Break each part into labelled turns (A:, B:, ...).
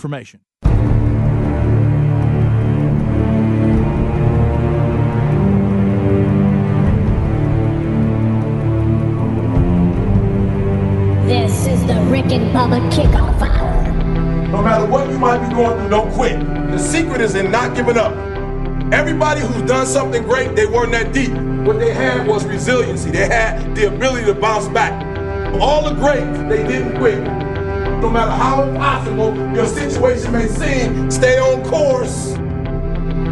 A: information.
B: This is the Rick and Bubba kickoff hour.
C: No matter what you might be going through, don't quit. The secret is in not giving up. Everybody who's done something great, they weren't that deep. What they had was resiliency. They had the ability to bounce back. All the greats, they didn't quit. No matter how impossible your situation may seem, stay on course.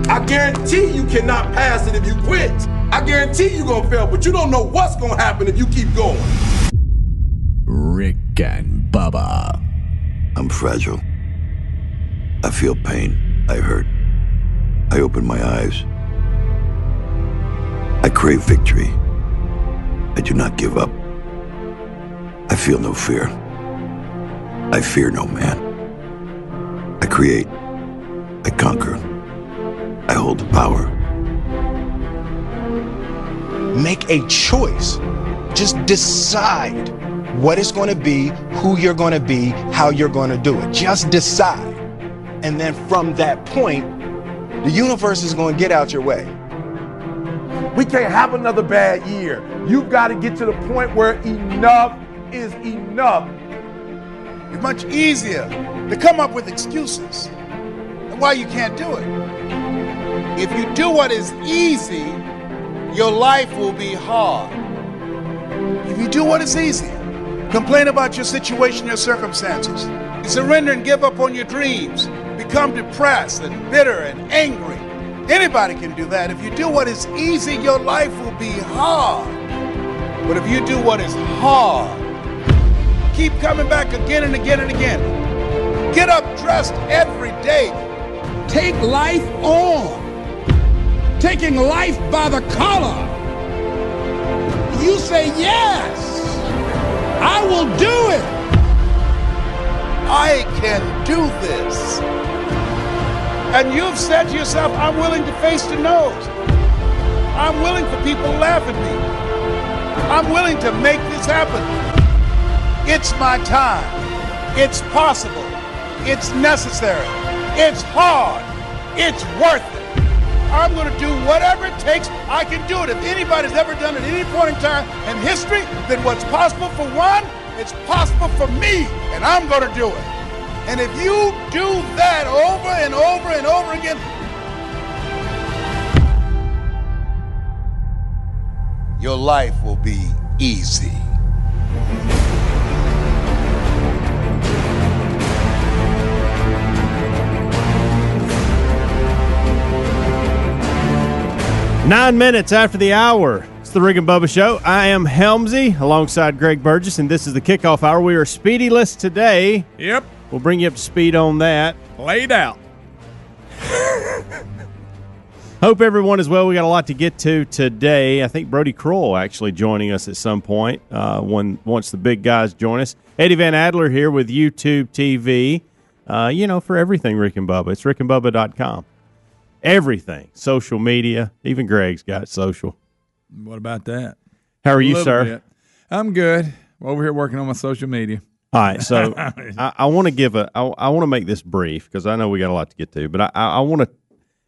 C: I guarantee you cannot pass it if you quit. I guarantee you're gonna fail, but you don't know what's gonna happen if you keep going.
D: Rick and Bubba.
E: I'm fragile. I feel pain. I hurt. I open my eyes. I crave victory. I do not give up. I feel no fear. I fear no man. I create. I conquer. I hold the power.
F: make a choice. Just decide what it's going to be, who you're going to be, how you're going to do it. Just decide. And then from that point, the universe is going to get out your way.
C: We can't have another bad year. You've got to get to the point where enough is enough.
G: It's much easier to come up with excuses and why you can't do it. If you do what is easy, your life will be hard. If you do what is easy, complain about your situation, your circumstances, surrender and give up on your dreams, become depressed and bitter and angry. Anybody can do that. If you do what is easy, your life will be hard. But if you do what is hard, keep coming back again and again and again. Get up dressed every day. Take life on. Taking life by the collar. You say, Yes, I will do it. I can do this. And you've said to yourself, I'm willing to face the nose. I'm willing for people to laugh at me. I'm willing to make this happen. It's my time. It's possible. It's necessary. It's hard. It's worth it. I'm going to do whatever it takes. I can do it. If anybody's ever done it at any point in time in history, then what's possible for one, it's possible for me, and I'm going to do it. And if you do that over and over and over again, your life will be easy.
A: Nine minutes after the hour, it's the Rig and Bubba Show. I am Helmsy alongside Greg Burgess, and this is the kickoff hour. We are speedyless today.
H: Yep,
A: We'll bring you up to speed on that.
H: laid out.
A: Hope everyone is well. We got a lot to get to today. I think Brody Kroll actually joining us at some point uh, when once the big guys join us. Eddie Van Adler here with YouTube TV. Uh, you know, for everything Rick and Bubba, it's rickandbubba.com. Everything, social media, even Greg's got social.
H: What about that?
A: How are you,
H: Little
A: sir?
H: bit. I'm good. Over here working on my social media.
A: All right, so I, I want to give a I, I want to make this brief because I know we got a lot to get to, but I I, I want to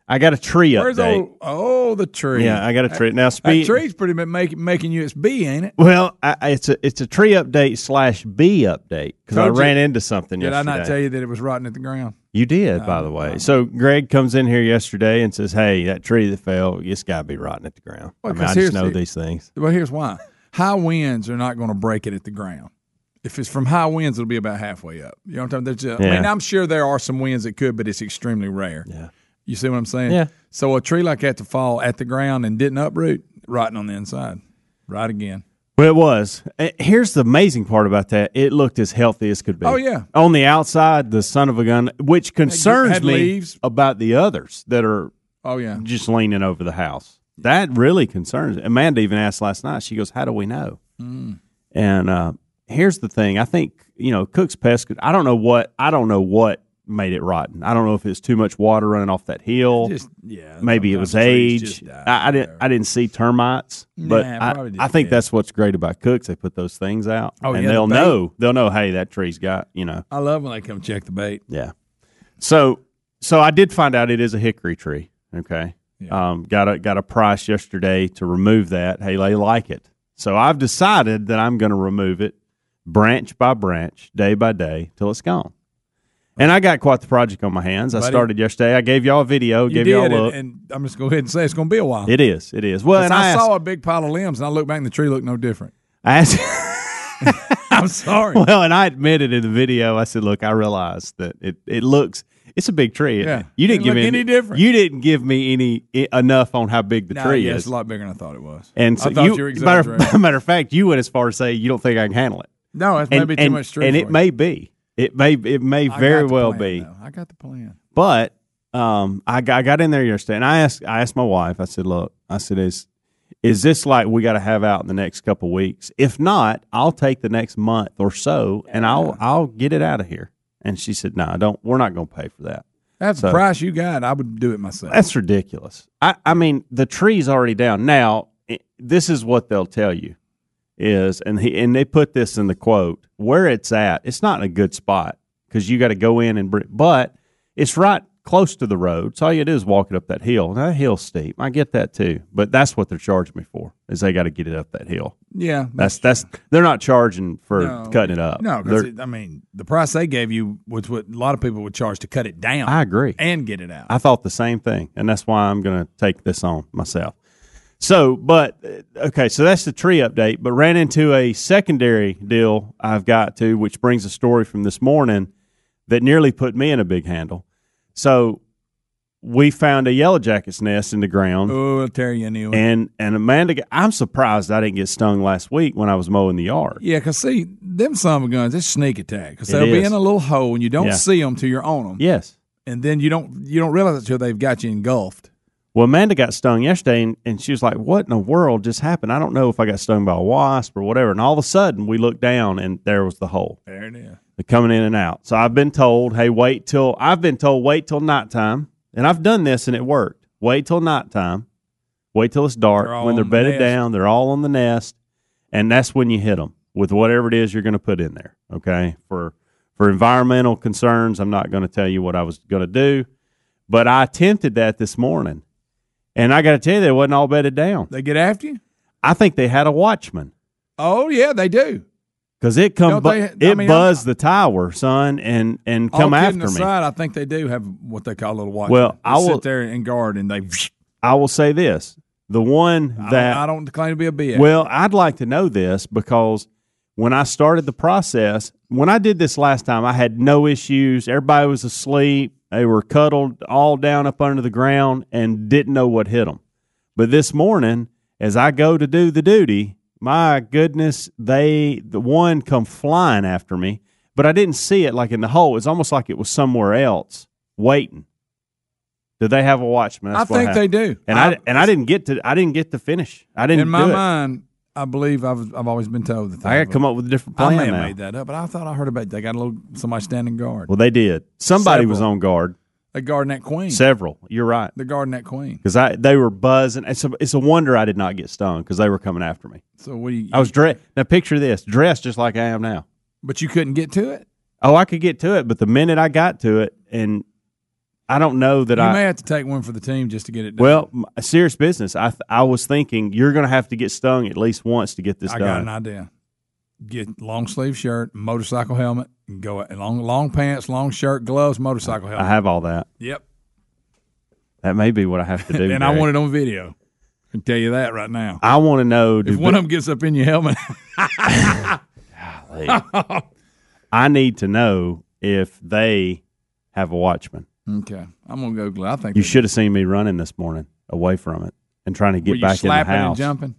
A: I got a tree
H: Where's
A: update.
H: old? Oh, the tree.
A: yeah, I got a tree now.
H: That
A: Speed
H: tree's pretty much making making you its bee, ain't it?
A: Well, I, I- it's a it's a tree update slash bee update because I
H: Told you.
A: ran into something
H: Did I
A: yesterday.
H: not tell you Oh, that it was rotting at the ground?
A: You did, by the way. So Greg comes in here yesterday and says, "Hey, that tree that fell, it's got to be rotting at the ground."
H: Well,
A: I mean, I
H: 'cause
A: just
H: here's
A: know
H: the-
A: these things.
H: Well, here's why: high winds are not going to break it at the ground. If it's from high winds, it'll be about halfway up. Uh, You know what I'm talking? There's just, I mean,
A: Yeah.
H: I'm sure there are some winds that could, but it's extremely rare.
A: Yeah.
H: You see what I'm saying?
A: Yeah.
H: So a tree like that to fall at the ground and didn't uproot, rotting on the inside, right again.
A: Well, it was. Uh, Here's the amazing part about that: it looked as healthy as could be.
H: Oh, yeah.
A: On the outside, the son of a gun, which concerns
H: had
A: me
H: leaves.
A: about the others that are
H: Oh yeah.
A: just leaning over the house. That really concerns. Amanda even asked last night. She goes, "How do we know?"
H: Mm.
A: And uh, here's the thing. I think you know Cook's Pest. I don't know what. I don't know what made it rotten. I don't know if it's too much water running off that hill.
H: Just yeah.
A: Maybe it was age. I, I didn't. I didn't see termites, but
H: Nah,
A: I,
H: probably
A: I think
H: didn't.
A: that's what's great about Cooks. They put those things out,
H: Oh,
A: and
H: yeah, the
A: they'll
H: bait.
A: know. They'll know. Hey, that tree's got you know.
H: I love when they come check the bait.
A: Yeah. So so I did find out it is a hickory tree. Okay.
H: Yeah.
A: Um, got a got a price yesterday to remove that. Hey, they like it. So I've decided that I'm going to remove it branch by branch, day by day, till it's gone. And I got quite the project on my hands. I
H: Buddy.
A: started yesterday. I gave y'all a video,
H: You
A: gave
H: did,
A: y'all a
H: and-
A: look.
H: and, I'm just going to go ahead and say it's going to be a while.
A: it is. It is. Well,
H: 'Cause
A: and
H: I,
A: I,
H: saw a big pile of limbs, and I looked back, and the tree looked no different.
A: asked, I asked
H: I'm sorry.
A: Well, and I admitted in the video, I said, "Look, I realized that it, it looks it's a big tree.
H: Yeah.
A: You
H: It
A: didn't give
H: look
A: me
H: any different.
A: You didn't give me any i- enough on how big the
H: Nah,
A: tree
H: yeah,
A: is.
H: it's a lot bigger than I thought it was.
A: and
H: I
A: so
H: thought
A: you,
H: were
A: matter,
H: exaggerating.
A: matter of fact, you went as far as say you don't think I can handle it.
H: no, that's
A: And,
H: maybe too
A: and,
H: much tree.
A: and
H: for
A: it
H: you.
A: may be. It may it may
H: I got
A: very
H: the
A: well
H: plan,
A: be.
H: though. I got the plan.
A: But um, I got, I got in there yesterday, and I asked I asked my wife. I said, "Look, I said is is this like we got to have out in the next couple weeks? If not, I'll take the next month or so, and I'll I'll get it out of here." And she said, "No, I don't. We're not going to pay for that.
H: That's
A: So-
H: the price you got. I would do it myself.
A: That's ridiculous. I I mean, the tree's already down. Now i this is what they'll tell you is, and he and they put this in the quote where it's at. It's not in a good spot because you got to go in and bring, but it's right close to the road. So all you do is walk it up that hill. Now, that hill's steep. I get that too, but that's what they're charging me for is they got to get it up that hill.
H: yeah,
A: That's that's they're not charging for
H: No.
A: cutting it up.
H: no.
A: They're-
H: Because I mean, the price they gave you was what a lot of people would charge to cut it down
A: I agree.
H: and get it out.
A: I thought the same thing, and that's why I'm going to take this on myself. So, but uh, okay, so that's the tree update. But ran into a secondary deal I've got to, which brings a story from this morning that nearly put me in a big handle. So, we found a yellow jacket's nest in the ground,
H: oh, it'll tear you a new one.
A: Um, and and Amanda, got- I'm surprised I didn't get stung last week when I was mowing the yard.
H: Yeah, because see, them summer guns, it's sneak attack. Because
A: It
H: they'll be
A: is.
H: in a little hole and you don't
A: Yeah.
H: 'em see them till you're on them.
A: Yes.
H: And then you don't you don't realize it till they've got you engulfed.
A: Well, Amanda got stung yesterday, and, and she was like, "What in the world just happened? I don't know if I got stung by a wasp or whatever." And all of a sudden, we looked down, and there was the hole
H: There it is.
A: the coming in and out. So I've been told, "Hey, wait till I've been told wait till nighttime," and I've done this, and it worked. Wait till nighttime, wait till it's dark.
H: They're all
A: when they're
H: on the
A: bedded
H: nest.
A: down, they're all on the nest, and that's when you hit them with whatever it is you're going to put in there. Okay, for for environmental concerns, I'm not going to tell you what I was going to do, but I attempted that this morning. And I got to tell you, they wasn't all bedded down.
H: They get after you?
A: I think they had a watchman
H: Oh, yeah, they do.
A: because it come
H: Don't
A: bu-
H: they- I
A: it
H: mean, I'm-
A: buzzed the tower, son, and and come
H: All
A: after
H: kidding
A: me.
H: aside, I think they do have what they call a little watch.
A: Well, I will-
H: sit there and guard and they.
A: I will say this: the one
H: I don't-
A: that
H: I, don't claim to be a BS.
A: well, I'd like to know this because when I started the process, when I did this last time, I had no issues. Everybody was asleep; they were cuddled all down up under the ground and didn't know what hit them. But this morning, as I go to do the duty, my goodness, they the one come flying after me, but I didn't see it like in the hole. It's almost like it was somewhere else waiting. Do they have a watchman?
H: I
A: That's what
H: think
A: happened.
H: they do.
A: And I,
H: I-
A: and I didn't get to I didn't get to finish. I didn't
H: in my
A: do it.
H: mind, I believe I've, I've always been told that they
A: I got
H: have
A: to
H: a-
A: come up with a different
H: I
A: plan
H: may have
A: now.
H: made that up, but I thought I heard about they got a little somebody standing guard.
A: Well, they did. Somebody was
H: Several.
A: on guard.
H: they guarding that queen.
A: Several. You're right.
H: They're guarding that queen.
A: Because I they were buzzing. It's a, it's a wonder I did not get stung because they were coming after me.
H: So what do you?
A: I was dressed. Now picture this, dressed just like I am now.
H: but you couldn't get to it.
A: Oh, I could get to it, but the minute I got to it, and I don't know that
H: you
A: I.
H: may have to take one for the team just to get it done.
A: well, m- serious business. I th- I was thinking you're going to have to get stung at least once to get this
H: I got
A: done.
H: an idea. Get long sleeve shirt, motorcycle helmet, and go and long long pants, long shirt, gloves, motorcycle helmet.
A: I have all that.
H: yep.
A: That may be what I have to do.
H: And I
A: Derek.
H: want it on video. I can tell you that right now.
A: I want to know. do
H: If one of them gets up in your helmet,
A: I need to know if they have a watchman.
H: okay, I'm gonna go. glo- I think
A: You
H: they-
A: should have seen me running this morning away from it and trying to
H: Were
A: get
H: you
A: back in the
H: slapping and
A: house.
H: jumping?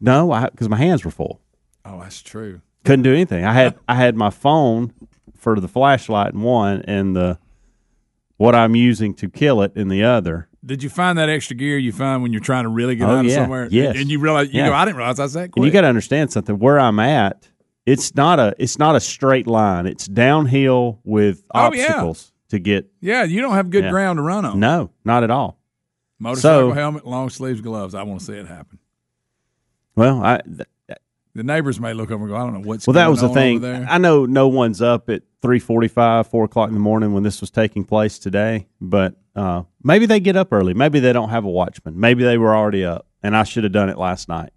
A: No, because my hands were full.
H: Oh, that's true.
A: Couldn't do anything. I had I had my phone for the flashlight in one and the what I'm using to kill it in the other.
H: Did you find that extra gear you find when you're trying to really get
A: Oh,
H: out of
A: yeah.
H: somewhere?
A: Yes.
H: And you realize, you
A: Yeah.
H: go, I didn't realize I was that quick.
A: And you got to understand something. Where I'm at, it's not a it's not a straight line. It's downhill with
H: Oh, yeah.
A: obstacles to get.
H: yeah, you don't have good
A: Yeah.
H: ground to run on.
A: No, not at all.
H: Motorcycle
A: So-
H: helmet, long sleeves, gloves. I want to see it happen.
A: Well, I th-
H: The neighbors may look over and go, I don't know what's
A: well
H: going
A: that was the
H: on over
A: thing.
H: there.
A: I know no one's up at three forty-five, four o'clock in the morning when this was taking place today. But uh, maybe they get up early. Maybe they don't have a watchman. Maybe they were already up, and I should have done it last night.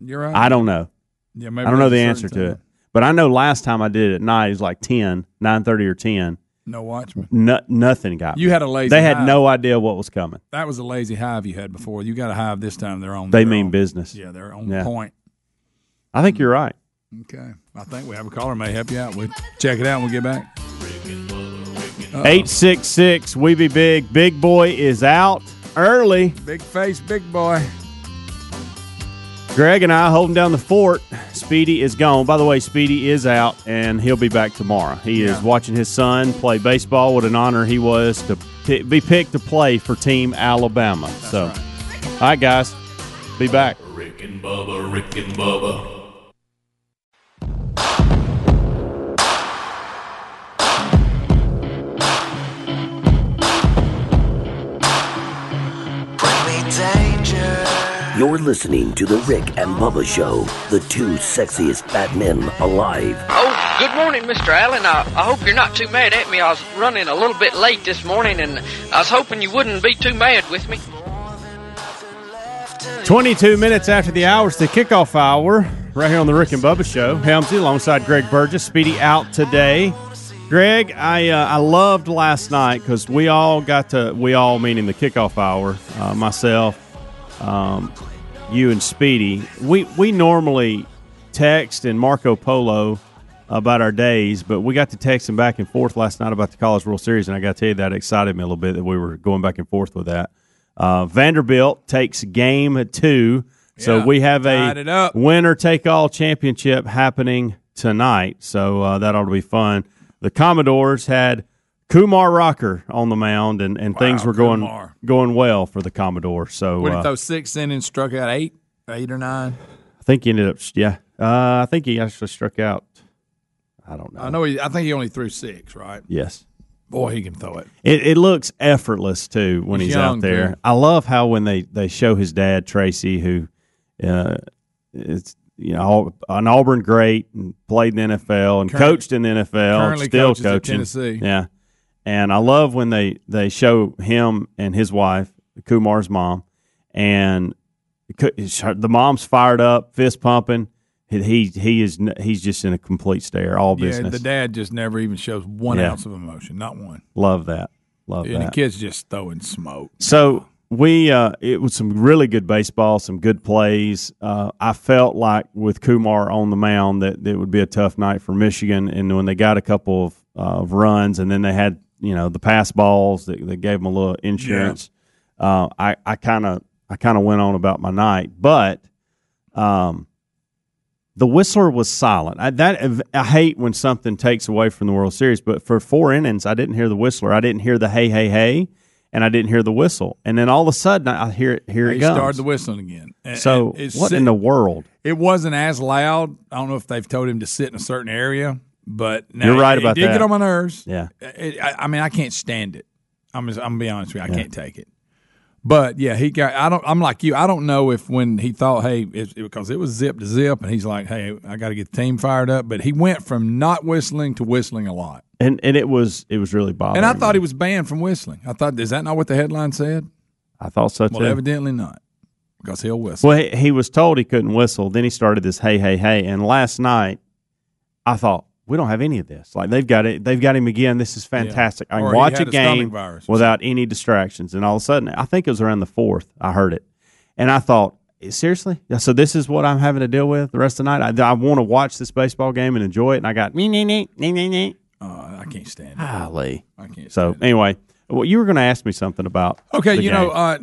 H: You're right.
A: I don't know.
H: yeah, maybe
A: I don't know the
H: there's a
A: answer
H: certain
A: to it.
H: time.
A: But I know last time I did it at night, it was like 10, 9.30 or 10.
H: No watchman.
A: No, nothing got
H: You
A: me.
H: had a lazy
A: They had
H: night.
A: no idea what was coming.
H: That was a lazy hive you had before. You got a hive this time. They're on.
A: They
H: they're
A: mean
H: on-
A: business.
H: Yeah, they're on
A: Yeah.
H: point. Mm.
A: I think you're right.
H: Okay. I think we have a caller may help you out. We check it out when we get back.
A: 866, we be big. Big boy is out early.
H: Big face, big boy.
A: Greg and I holding down the fort. Speedy is gone. By the way, Speedy is out, and he'll be back tomorrow. He is watching his son play baseball. What an honor he was to p- be picked to play for Team Alabama. so, all right, guys, be back.
D: Rick and Bubba, Rick and Bubba.
I: You're listening to The Rick and Bubba Show, the two sexiest fat men alive.
J: Oh, good morning, Mr. Allen. I, I hope you're not too mad at me. I was running a little bit late this morning, and I was hoping you wouldn't be too mad with me.
A: 22 minutes after the hours, the kickoff hour, right here on the Rick and Bubba Show. Helmsy alongside Greg Burgess, Speedy out today. Greg, I uh, I loved last night because we all got to we all meaning the kickoff hour, uh, myself, um, you and Speedy. We we normally text and Marco Polo about our days, but we got to texting back and forth last night about the College World Series, and I got to tell you that excited me a little bit that we were going back and forth with that. Uh, Vanderbilt takes game two, so
H: Yeah,
A: we have
H: tied it
A: a
H: up.
A: winner take all championship happening tonight, so uh, that ought to be fun. The Commodores had Kumar Rocker on the mound, and, and things were going
H: Kumar.
A: going well for the Commodores. So
H: Would
A: uh,
H: he throw six in and struck out eight, eight or nine?
A: I think he ended up, yeah, uh, I think he actually struck out. I don't know.
H: I know. He, I think he only threw six. Right.
A: Yes.
H: Boy, he can throw it.
A: It, it looks effortless too when he's,
H: He's
A: out
H: young,
A: there.
H: too.
A: I love how when they, they show his dad Tracy, who uh, is you know Al- an Auburn great and played in the NFL and
H: Current-
A: coached in the NFL,
H: currently
A: still
H: coaches at
A: coaching
H: Tennessee.
A: Yeah, and I love when they they show him and his wife Kumar's mom, and co- the mom's fired up, fist pumping. He he, he is n- he's just in a complete stare, all
H: Yeah.
A: business.
H: The dad just never even shows one
A: Yeah.
H: ounce of emotion, not one.
A: love that, love
H: and
A: that.
H: the kid's just throwing smoke.
A: So we uh, it was some really good baseball, some good plays. Uh, I felt like with Kumar on the mound that it would be a tough night for Michigan, and when they got a couple of, uh, of runs, and then they had you know the pass balls that, that gave them a little insurance. Uh, I I kind of I kind of went on about my night, but um, the whistler was silent. I, that I hate when something takes away from the World Series. But for four innings, I didn't hear the whistler. I didn't hear the hey hey hey, and I didn't hear the whistle. And then all of a sudden, I hear it. Here
H: he
A: it comes.
H: started the whistling again. And-
A: so
H: and it's
A: what
H: si-
A: in the world?
H: It wasn't as loud. I don't know if they've told him to sit in a certain area, but now
A: You're right
H: it,
A: about
H: it did
A: that.
H: get on my nerves.
A: Yeah.
H: It- I, I mean, I can't stand it. I'm just, I'm gonna be honest with you, I can't take it. But yeah, he got. I don't. I'm like you. I don't know if when he thought, hey, it, it- because it was zip to zip, and he's like, hey, I got to get the team fired up. But he went from not whistling to whistling a lot,
A: And and it was it was really bothering.
H: and I thought
A: me.
H: he was banned from whistling. I thought, is that not what the headline said?
A: I thought so too.
H: Well, evidently not, because he'll whistle.
A: Well, he, he was told he couldn't whistle. Then he started this hey hey hey. And last night, I thought we don't have any of this. Like they've got it. They've got him again. This is fantastic.
H: Or
A: I can
H: he
A: watch
H: had
A: a
H: a stomach
A: game
H: virus or
A: without any distractions. And all of a sudden, I think it was around the fourth. I heard it, and I thought. Seriously? Yeah, So this is what I'm having to deal with the rest of the night. I, I want to watch this baseball game and enjoy it. And I got me, me, me, me, me, me.
H: Uh, I can't stand it.
A: Golly.
H: I can't.
A: So anyway, well, you were going to ask me something about
H: Okay,
A: the
H: you
A: game.
H: know, uh,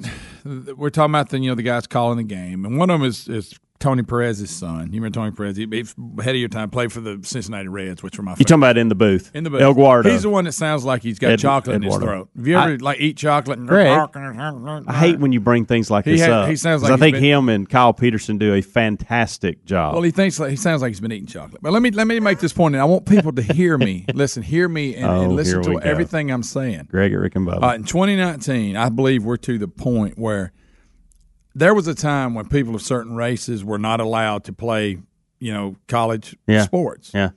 H: we're talking about the you know the guys calling the game, and one of them is, is Tony Perez's son. You remember Tony Perez? He, he's ahead of your time. Played for the Cincinnati Reds, which were my
A: you
H: favorite.
A: talking about in the booth?
H: in the booth.
A: El Guardo.
H: He's the one that sounds like he's got
A: Ed-
H: chocolate in his
A: Eduardo.
H: throat. Have you ever like eat chocolate? And
A: Greg,
H: I
A: I hate when you bring things like
H: He
A: this
H: had-
A: up.
H: he sounds like
A: 'cause I
H: he's
A: think
H: been-
A: him and Kyle Peterson do a fantastic job.
H: Well, he thinks like, he sounds like he's been eating chocolate. But let me let me make this point, and I want people to hear me. listen, hear me, and,
A: Oh,
H: and
A: here
H: listen
A: we
H: to
A: go.
H: everything I'm saying.
A: Greg at Rick and Bubba.
H: Uh, in 2019, I believe we're to the point where there was a time when people of certain races were not allowed to play, you know, college
A: Yeah.
H: sports.
A: yeah,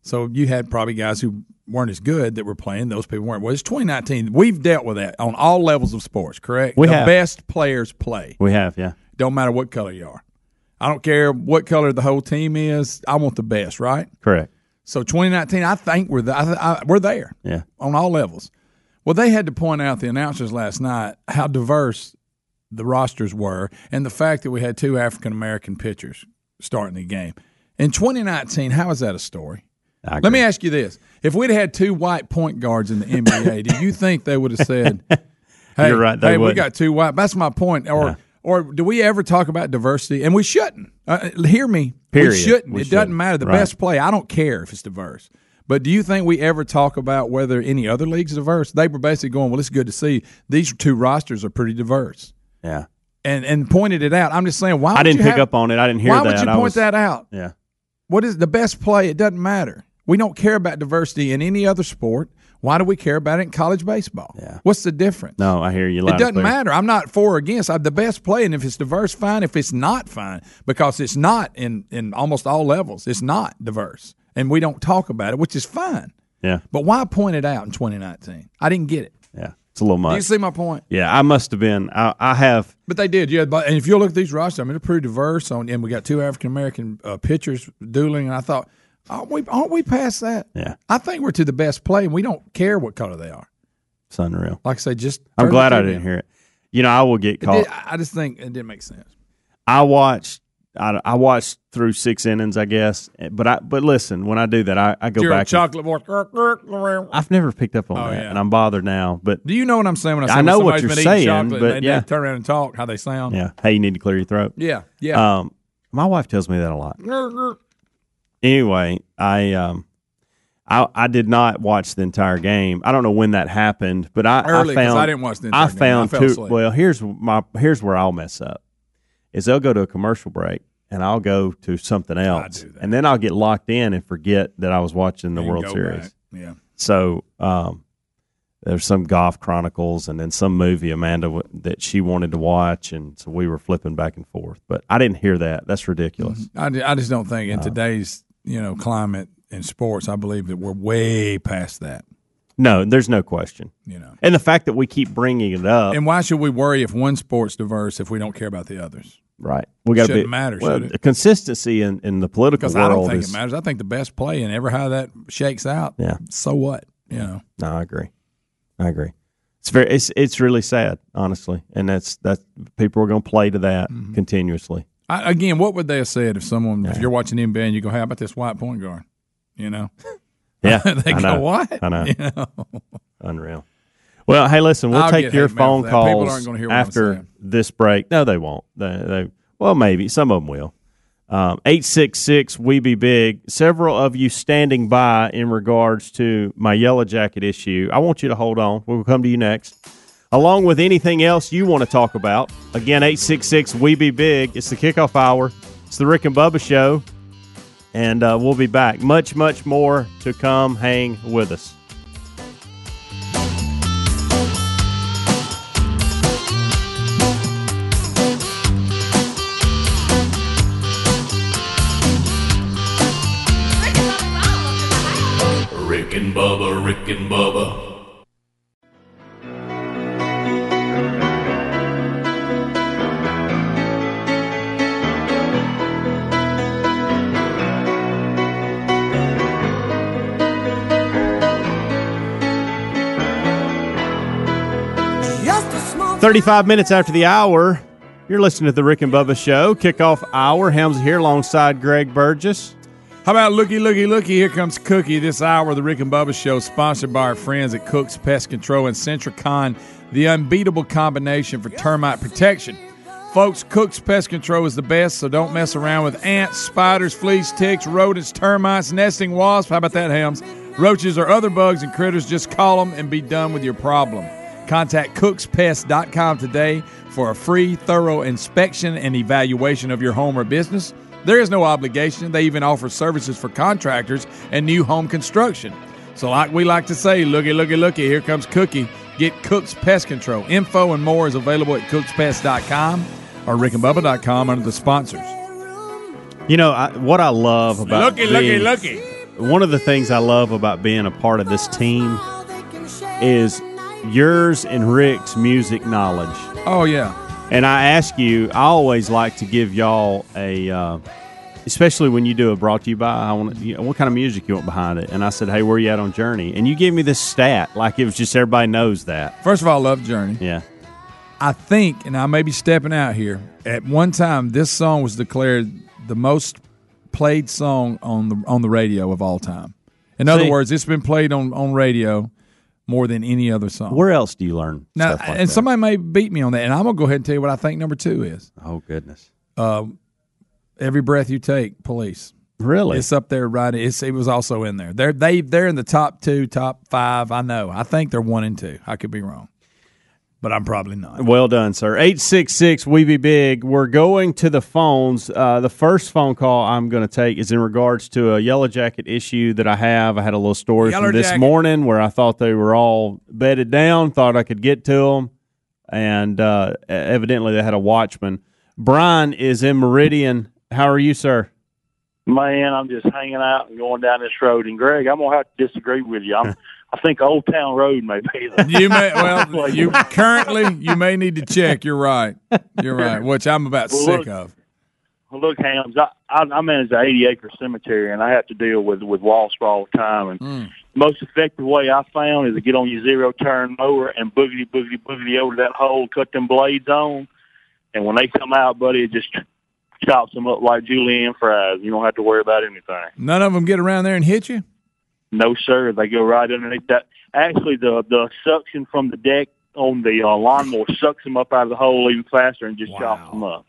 H: So you had probably guys who weren't as good that were playing. Those people weren't. Well, it's 2019. We've dealt with that on all levels of sports, correct?
A: We
H: the
A: have.
H: best players play.
A: We have, yeah.
H: Don't matter what color you are. I don't care what color the whole team is. I want the best, right?
A: Correct.
H: So 2019, I think we're the, I, th- I, we're there
A: Yeah.
H: on all levels. Well, they had to point out the announcers last night how diverse the rosters were, and the fact that we had two African American pitchers starting the game in 2019. How is that a story? Let me ask you this: If we'd had two white point guards in the NBA, do you think they would have said, "Hey,
A: You're right, they
H: hey, we
A: wouldn't."
H: got two white"? That's my point. Or,
A: Yeah.
H: or do we ever talk about diversity? And we shouldn't. Uh, hear me.
A: Period.
H: We shouldn't.
A: We
H: it
A: shouldn't.
H: doesn't matter. The
A: Right.
H: best play. I don't care if it's diverse. But do you think we ever talk about whether any other leagues are diverse? They were basically going, "Well, it's good to see these two rosters are pretty diverse,"
A: Yeah.
H: and and pointed it out. I'm just saying, why?
A: I
H: would
A: didn't
H: you
A: pick
H: have-
A: up on it. I didn't hear
H: why
A: that.
H: would you
A: I
H: point
A: was-
H: that out?
A: Yeah.
H: What is the best play? It doesn't matter. We don't care about diversity in any other sport. Why do we care about it in college baseball?
A: Yeah.
H: What's the difference?
A: No, I hear you.
H: It
A: loud and
H: doesn't
A: clear.
H: matter. I'm not for or against. I'm the best play, and if it's diverse, fine. If it's not, fine, because it's not in in almost all levels. It's not diverse, and we don't talk about it, which is fine.
A: Yeah.
H: But why point it out in 2019? I didn't get it.
A: Yeah. It's a little
H: Do you
A: much.
H: see my point?
A: yeah. I must have been. I, I have.
H: But they did, yeah. But and if you look at these rosters, I mean, they're pretty diverse. On and we got two African American uh, pitchers dueling, and I thought, aren't we, aren't we past that?
A: Yeah.
H: I think we're to the best play, and we don't care what color they are.
A: It's unreal.
H: Like I say, just
A: I'm
H: turn
A: glad
H: the
A: I
H: TV
A: didn't
H: on.
A: hear it. You know, I will get
H: It
A: caught.
H: did- I I just think it didn't make sense.
A: I watched. I, I watched through six innings, I guess. eh, But I but listen, when I do that, I, I go
H: You're a
A: back. and-
H: chocolate voice.
A: I've never picked up on
H: Oh,
A: that,
H: yeah.
A: and I'm bothered now. But
H: Do you know what I'm saying? When I, say
A: I
H: when
A: know what
H: somebody's
A: you're
H: been eating
A: saying,
H: chocolate,
A: but
H: and they,
A: yeah.
H: they turn around and talk how they sound.
A: yeah, hey, you need to clear your throat.
H: yeah, yeah.
A: Um, my wife tells me that a lot.
H: Grr, grr.
A: Anyway, I um, I I did not watch the entire game. I don't know when that happened, but I
H: Early, 'cause
A: I found
H: I didn't watch the entire
A: I
H: game. I
A: found
H: fell
A: two.
H: asleep.
A: Well, here's my here's where I'll mess up. Is they'll go to a commercial break and I'll go to something else,
H: do that.
A: and then I'll get locked in and forget that I was watching the
H: And
A: World
H: go
A: Series.
H: back. Yeah.
A: So um, there's some golf chronicles, and then some movie Amanda w- that she wanted to watch, and so we were flipping back and forth. But I didn't hear that. That's ridiculous.
H: I, ju- I just don't think
A: Uh.
H: in today's you know climate in sports, I believe that we're way past that.
A: No, there's no question.
H: You know,
A: And the fact that we keep bringing it up,
H: and why should we worry if one sport's diverse if we don't care about the others?
A: right? We got to be
H: Shouldn't matter,
A: well,
H: should it?
A: the consistency in, in the political
H: Because I don't
A: world
H: think
A: is.
H: it matters. I think the best play and ever how that shakes out.
A: Yeah.
H: So what? You know.
A: No, I agree. I agree. It's very. It's it's really sad, honestly, and that's that people are going to play to that
H: Mm-hmm.
A: continuously.
H: I, again, what would they have said if someone, if you're watching NBA and you go, "How about this white point guard?" You know,
A: Yeah,
H: they
A: I
H: go,
A: know.
H: "What?"
A: I know.
H: You know?
A: Unreal. Well, hey, listen, we'll
H: I'll
A: take
H: get
A: your
H: hate mail
A: phone
H: for that. People
A: calls
H: aren't gonna hear what I'm
A: after
H: saying.
A: this break. No, they won't. They, they well, maybe some of them will. Um, Eight six six, we be big. Several of you standing by in regards to my yellow jacket issue. I want you to hold on. We'll come to you next, along with anything else you want to talk about. Again, eight six six, we be big. It's the kickoff hour. It's the Rick and Bubba show, and uh, we'll be back. Much, much more to come. Hang with us.
D: Rick and Bubba, Rick and Bubba,
K: Just a small
A: 35 minutes after the hour, you're listening to the Rick and Bubba Show, kickoff hour. Helms here alongside Greg Burgess.
H: How about looky, looky, looky? Here comes Cookie. This hour, of the Rick and Bubba Show, sponsored by our friends at Cook's Pest Control and Centricon, the unbeatable combination for termite protection. Folks, Cook's Pest Control is the best, so don't mess around with ants, spiders, fleas, ticks, rodents, termites, nesting wasps. How about that, Helms? Roaches or other bugs and critters, just call them and be done with your problem. Contact cookspest.com today for a free, thorough inspection and evaluation of your home or business. There is no obligation. They even offer services for contractors and new home construction. So, like we like to say, looky, looky, looky, here comes Cookie. Get Cook's Pest Control. Info and more is available at cookspest.com or rickandbubba.com under the sponsors.
A: You know, I, what I love about
H: Looky, looky,
A: being-
H: looky.
A: one of the things I love about being a part of this team is yours and Rick's music knowledge.
H: Oh yeah.
A: And I ask you, I always like to give y'all a, uh, especially when you do a brought to you by. I want you know, what kind of music you want behind it. And I said, hey, where you at on Journey? And you gave me this stat, like it was just everybody knows that.
H: First of all, I love Journey.
A: Yeah.
H: I think, and I may be stepping out here. At one time, this song was declared the most played song on the on the radio of all time. In other
A: See?
H: words, it's been played on on radio more than any other song.
A: Where else do you learn?
H: Now,
A: stuff like
H: and
A: that?
H: somebody may beat me on that, and I'm gonna go ahead and tell you what I think number two is.
A: Oh goodness.
H: Uh, Every breath you take, police.
A: Really?
H: it's up there. Right, it's, it was also in there. They're they they're in the top two, top five. I know. I think they're one and two. I could be wrong, but I'm probably not.
A: Well done, sir. 866 We Be Big. We're going to the phones. Uh, the first phone call I'm going to take is in regards to a Yellow Jacket issue that I have. I had a little story
H: Yellow
A: from this
H: Jacket.
A: morning where I thought they were all bedded down, thought I could get to them, and uh, evidently they had a watchman. Brian is in Meridian. How are you, sir?
L: Man, I'm just hanging out and going down this road. And Greg, I'm gonna have to disagree with you. I'm, I think Old Town Road may be. The,
H: You may well you currently you may need to check. You're right. You're right. Which I'm about
L: Well,
H: sick
L: look,
H: of.
L: Well, look, Hams, I, I, I manage an 80 acre cemetery, and I have to deal with with wasps all the time. And
K: Mm.
L: the most effective way I found is to get on your zero turn mower and boogity boogity boogity over that hole, cut them blades on, and when they come out, buddy, it just chops them up like julienne fries. You don't have to worry about anything.
H: None of them get around there and hit you.
L: No, sir. They go right underneath that. Actually, the the suction from the deck on the uh, lawnmower sucks them up out of the hole even faster and just chops them up.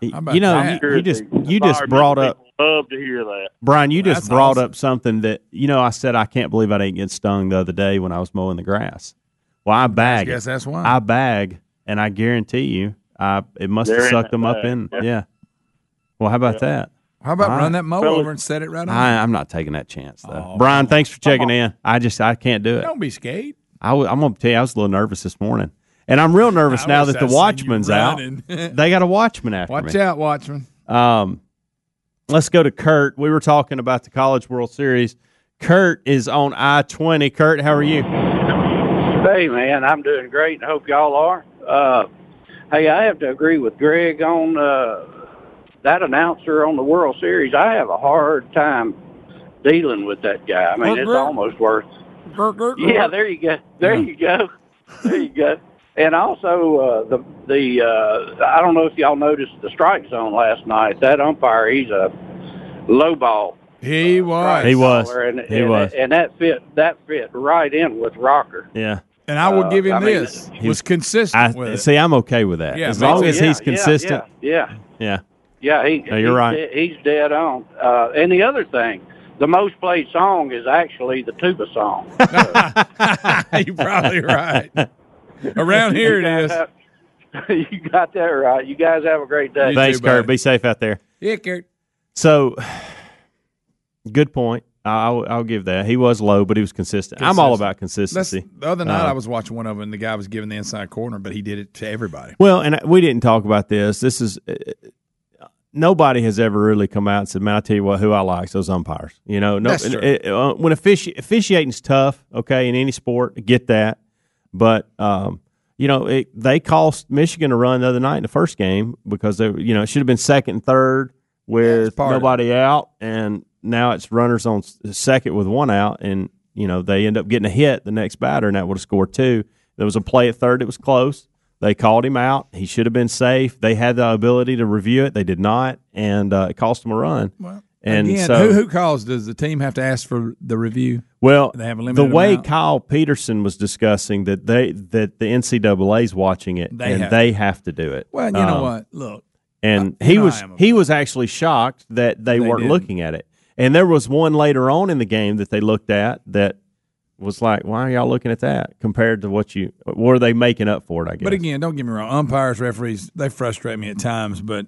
A: You know, you, you just you just
L: Environmental
A: brought up
L: people Love to hear that.
A: Brian, you just
L: That's
A: brought
L: awesome.
A: up something that you know. I said I can't believe I didn't get stung the other day when I was mowing the grass. Well, I bag.
H: guess
A: it.
H: that's why.
A: I bag, and I guarantee you, I it must
H: They're
A: have
H: in
A: sucked
H: that
A: them up
H: bag.
A: in.
H: Yeah.
A: Yeah. Well, how about
H: Yeah.
A: that?
H: How about
A: All
H: run
A: right.
H: that mower over and set it right on?
A: I, I'm not taking that chance though. Brian, thanks for checking in. I just I can't do it.
H: Don't be scared.
A: I w- I'm gonna tell you, I was a little nervous this morning, and I'm real nervous
H: I
A: now
H: wish
A: that
H: I'd
A: the
H: seen you
A: watchman's out.
H: running.
A: they got a watchman after me.
H: Watch out, Watchman.
A: Um, let's go to Kurt. We were talking about the College World Series. Kurt is on I twenty. Kurt, how are you?
M: Hey man, I'm doing great. and I hope y'all are. Uh, hey, I have to agree with Greg on uh, that announcer on the World Series. I have a hard time dealing with that guy. I mean, it's almost worth. Yeah, there you go. There you go. There you go. And also uh, the the uh, I don't know if y'all noticed the strike zone last night. That umpire, he's a low ball.
H: He was.
A: He was.
M: And,
A: He
M: and-
A: was.
M: And that fit that fit right in with Rocker.
A: Yeah.
H: And I will
M: Uh,
H: give him
M: I mean,
H: this. was consistent
A: I,
H: with it.
A: See, I'm okay with that.
M: Yeah,
A: as
M: me
A: long
M: too.
A: as
M: Yeah,
A: he's
M: yeah,
A: consistent.
M: Yeah. yeah.
A: Yeah.
M: Yeah, he,
A: No, you're
M: he's
A: right.
M: de- he's dead on. Uh, and the other thing, the most played song is actually the tuba song.
H: You're probably right. Around here it is.
M: you got that right. You guys have a great day.
A: Thanks, Kurt. Be safe out there.
H: Yeah, Kurt.
A: So, good point. I- I'll, I'll give that. He was low, but he was consistent. I'm all
H: Consistent.
A: about consistency.
H: That's- the other night
A: Uh,
H: I was watching one of them, and the guy was giving the inside corner, but he did it to everybody.
A: Well, and I- we didn't talk about this. This is uh, nobody has ever really come out and said, "Man, I tell you what, who I like those umpires." You know, no,
H: That's true.
A: it- uh, when offici- officiating's tough, okay, in any sport, I get that. But um, you know, it, they cost Michigan a run the other night in the first game because they, you know, it should have been second and third with
H: part of it.
A: nobody out, and now it's runners on s- second with one out, and you know they end up getting a hit the next batter, and that would have scored two. There was a play at third; it was close. They called him out. He should have been safe. They had the ability to review it. They did not, and uh, it cost them a run. and
H: Again,
A: so,
H: who, who calls? Does the team have to ask for the review?
A: well,
H: They have a
A: the
H: limited
A: way
H: amount?
A: Kyle Peterson was discussing that they that the NCAA is watching it
H: They
A: and
H: have
A: they have to do it.
H: Well, you know
A: Um,
H: what? Look,
A: and
H: Uh, you
A: he
H: know
A: was
H: I am
A: he was actually shocked that
H: They
A: they, weren't
H: didn't.
A: looking at it. And there was one later on in the game that they looked at that was like, "Why are y'all looking at that?" Compared to what you were they making up for it? I guess.
H: But again, don't get me wrong. Umpires, referees, they frustrate me at times. But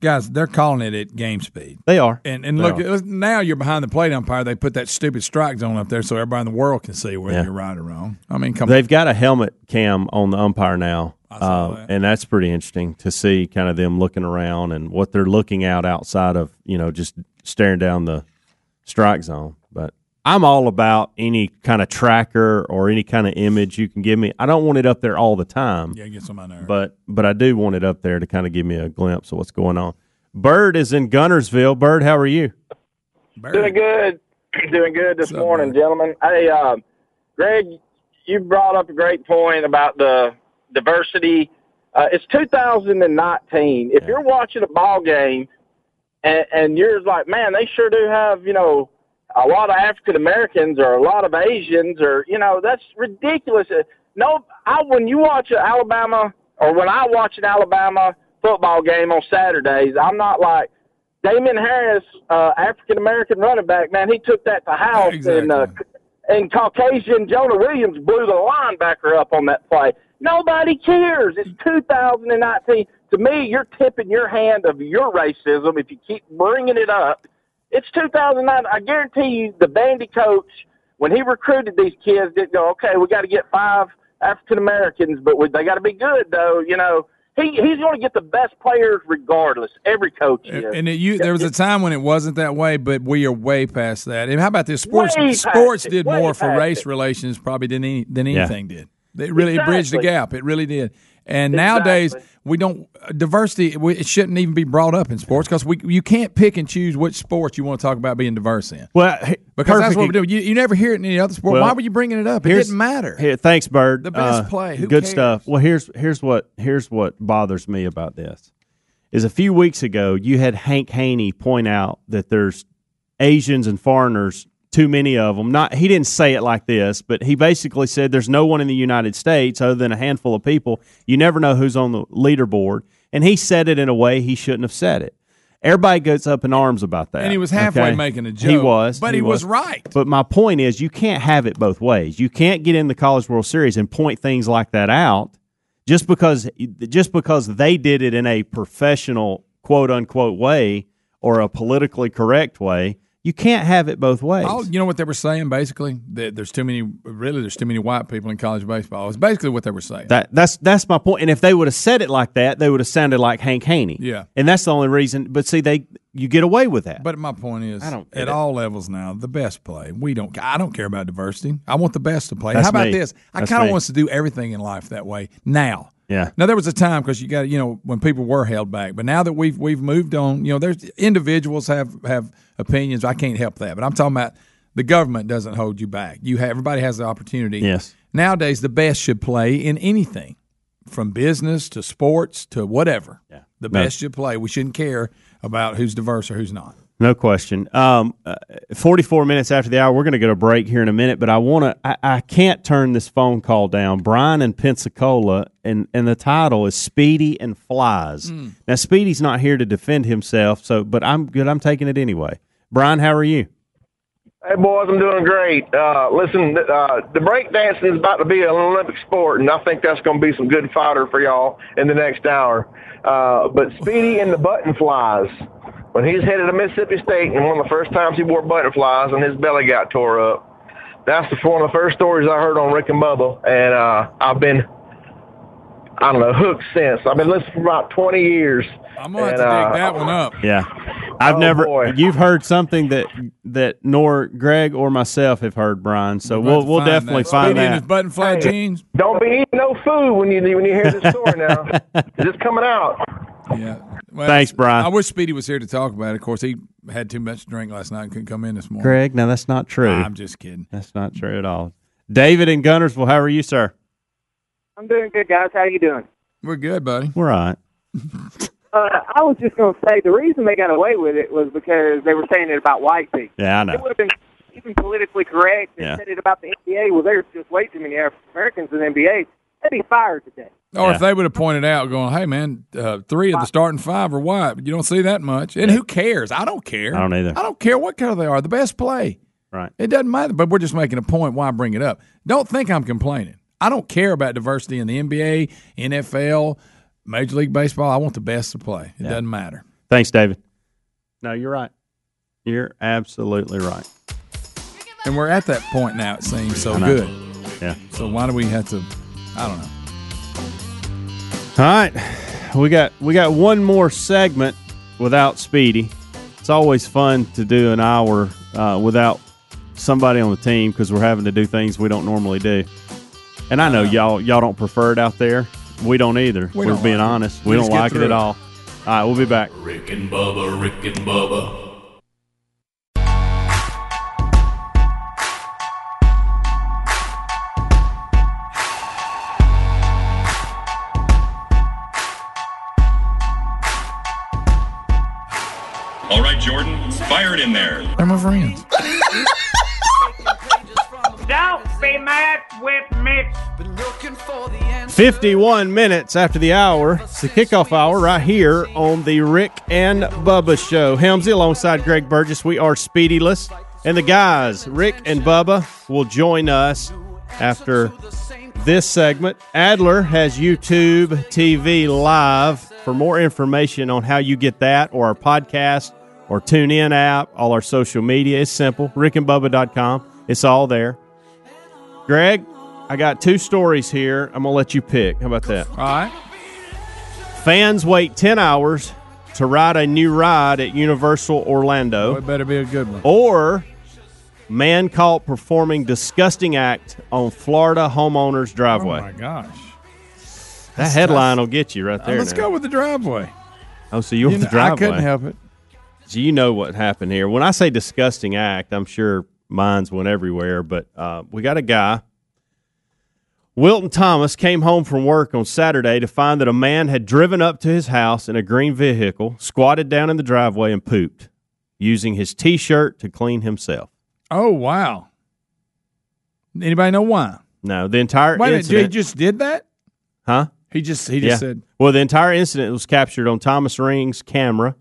H: guys, they're calling it at game speed.
A: They are.
H: And and
A: They
H: look,
A: are.
H: it- now you're behind the plate umpire. They put that stupid strike zone up there so everybody in the world can see whether
A: Yeah.
H: you're right or wrong. I mean, come
A: They've got a helmet cam on the umpire now, uh, and that's pretty interesting to see kind of them looking around and what they're looking out outside of you know just staring down the strike zone. But I'm all about any kind of tracker or any kind of image you can give me. I don't want it up there all the time.
H: Yeah, it gets on my nerves.
A: But but I do want it up there to kind of give me a glimpse of what's going on. Bird is in Gunnersville. Bird, how are you?
N: Doing good. Doing good this morning, gentlemen. Hey, uh, Greg, you brought up a great point about the diversity. Uh, it's 2019. If you're watching a ball game and, and you're like, man, they sure do have, you know, a lot of African Americans or a lot of Asians or, you know, that's ridiculous. Uh, No, I, when you watch an Alabama or when I watch an Alabama football game on Saturdays, I'm not like, Damon Harris, uh, African American running back, man, he took that to house and uh, and Caucasian Jonah Williams blew the linebacker up on that play. Nobody cares. It's 2019. To me, you're tipping your hand of your racism if you keep bringing it up. It's 2009. I guarantee you, the bandy coach, when he recruited these kids, didn't go, okay, we got to get five African Americans, but we, they got to be good, though. You know, he, he's going to get the best players regardless. Every coach is.
H: And it, you, there was a time when it wasn't that way, but we are way past that. And how about this? Sports
N: Way past
H: sports
N: it,
H: did
N: way
H: more for
N: past
H: race relations probably than any, than anything did. It really it bridged the
N: Exactly.
H: gap. It really did. And nowadays we don't diversity. We, it shouldn't even be brought up in sports because we you can't pick and choose which sports you want to talk about being diverse in.
A: Well,
H: because that's
A: perfect-
H: what we do. You, you never hear it in any other sport.
A: Well,
H: Why were you bringing it up? It
A: here's-
H: didn't matter.
A: Here, thanks, Bird.
H: The
A: Uh,
H: best play. Who
A: good
H: cares?
A: stuff. Well, here's here's what here's what bothers me about this is a few weeks ago you had Hank Haney point out that there's Asians and foreigners too many of them. Not he didn't say it like this, but he basically said there's no one in the United States other than a handful of people. You never know who's on the leaderboard, and he said it in a way he shouldn't have said it. Everybody goes up in arms about that,
H: And he was halfway making a
A: He
H: joke,
A: was,
H: but he was right.
A: but my point is, you can't have it both ways. You can't get in the College World Series and point things like that out just because just because they did it in a professional quote unquote way or a politically correct way. You can't have it both ways.
H: Oh, you know what they were saying basically? That there's too many. Really, there's too many white people in college baseball. It's basically what they were saying.
A: That that's that's my point. And if they would have said it like that, they would have sounded like Hank Haney.
H: Yeah.
A: and that's the only reason. But see, they you get away with that.
H: But my point is,
A: I don't get
H: at
A: it.
H: all levels now, the best play. We don't. I don't care about diversity. I want the best to play.
A: That's
H: How about
A: me.
H: this? I
A: That's
H: kind of
A: me.
H: want us to do everything in life that way now.
A: Yeah.
H: Now there was a time because you got you know when people were held back, but now that we've we've moved on, you know, there's individuals have have opinions. I can't help that, but I'm talking about the government doesn't hold you back. You have, everybody has the opportunity.
A: Yes.
H: Nowadays, the best should play in anything, from business to sports to whatever. Yeah. The
A: No.
H: best should play. We shouldn't care about who's diverse or who's not.
A: No question. Um, uh, 44 minutes after the hour, we're going to go to break here in a minute, but I want to, I, I can't turn this phone call down. Brian in Pensacola, and, and the title is Speedy and Flies.
H: Hmm.
O: Mm.
A: Now, Speedy's not here to defend himself, so, but I'm good. I'm taking it anyway. Brian, how are you?
O: Hey boys, I'm doing great. Uh, listen, th- uh, the breakdancing is about to be an Olympic sport, and I think that's going to be some good fodder for y'all in the next hour. Uh, but Speedy and the button flies. When he's headed to Mississippi State, and one of the first times he wore butterflies, and his belly got tore up. That's the, one of the first stories I heard on Rick and Bubba, and uh, I've been, I don't know, hooked since. I've been listening for about 20 years. uh, I'm
H: gonna have to dig that one up.
A: Yeah. I've
O: Oh,
A: never,
O: boy.
A: you've heard something that, that nor Greg or myself have heard, Brian, so
H: We'll have
A: we'll,
H: to
A: we'll
H: find
A: definitely
H: that.
A: find
H: Speedy and
A: that.
H: his button fly jeans.
O: Don't be eating no food when you when you hear this story now. It's just coming out.
H: Yeah. Well,
A: Thanks, Brian.
H: I wish Speedy was here to talk about it. Of course, he had too much to drink last night and couldn't come in this morning.
A: Greg, no, that's not true.
H: I'm just kidding.
A: That's not true at all. David in Gunnersville, how are you, sir?
P: I'm doing good, guys. How you doing?
H: We're good, buddy.
A: We're all right.
P: Uh, I was just going to say the reason they got away with it was because they were saying it about white people.
A: Yeah, I know.
P: It would have been even politically correct and
A: Yeah.
P: said it about the NBA. Well, there's just way too many African Americans in the NBA. They'd be fired today.
H: Or
A: Yeah.
H: if they would have pointed out, going, "Hey, man, uh, three of the starting five are white. but You don't see that much, and who cares? I don't care.
A: I don't either.
H: I don't care what color they are. The best play.
A: Right.
H: It doesn't matter. But we're just making a point. Why I bring it up? Don't think I'm complaining. I don't care about diversity in the NBA, NFL, Major League Baseball. I want the best to play. It doesn't matter.
A: Thanks, David. No, you're right. You're absolutely right.
H: And we're at that point now. It seems so
A: I know.
H: good.
A: Yeah.
H: So why do we have to? I don't know.
A: All right, we got we got one more segment without Speedy. It's always fun to do an hour uh, without somebody on the team because we're having to do things we don't normally do. And I know y'all y'all don't prefer it out there. We don't either.
D: Uh-huh. We
A: We are
D: don't
A: being
D: like it.
A: honest. We,
D: We
A: don't
D: just get
A: like it
D: through
A: at
D: it.
A: all. All right, we'll be back.
D: Rick and Bubba, Rick and Bubba,
Q: All right, Jordan, fire it in there.
H: They're my friends.
K: Don't be mad with Mitch.
A: 51 minutes after the hour. It's the kickoff hour right here on the Rick and Bubba Show. Helmsy alongside Greg Burgess. We are speedyless. And the guys, Rick and Bubba, will join us after this segment. Adler has YouTube TV live. For more information on how you get that or our podcast or tune in app, all our social media, it's simple. RickandBubba.com. It's all there. Greg, I got two stories here. I'm going to let you pick. How about that? All
H: right.
A: Fans wait 10 hours to ride a new ride at Universal Orlando.
H: It better be a good one.
A: Or man caught performing disgusting act on Florida homeowner's driveway.
H: Oh my gosh.
A: that headline will get you right
H: Uh,
A: there.
H: let's
A: now.
H: go with the driveway.
A: Oh, so
H: You
A: you, want the
H: know, I
A: driveway?
H: couldn't help it.
A: So you know what happened here. When I say disgusting act, I'm sure minds went everywhere. But uh, we got a guy. Wilton Thomas came home from work on Saturday to find that a man had driven up to his house in a green vehicle, squatted down in the driveway, and pooped, using his T-shirt to clean himself.
H: Oh wow. Anybody know why?
A: No, the entire
H: Wait a minute,
A: incident,
H: he just did that?
A: huh?
H: He just he just
A: Yeah.
H: said
A: Well, the entire incident was captured on Thomas Ring's camera,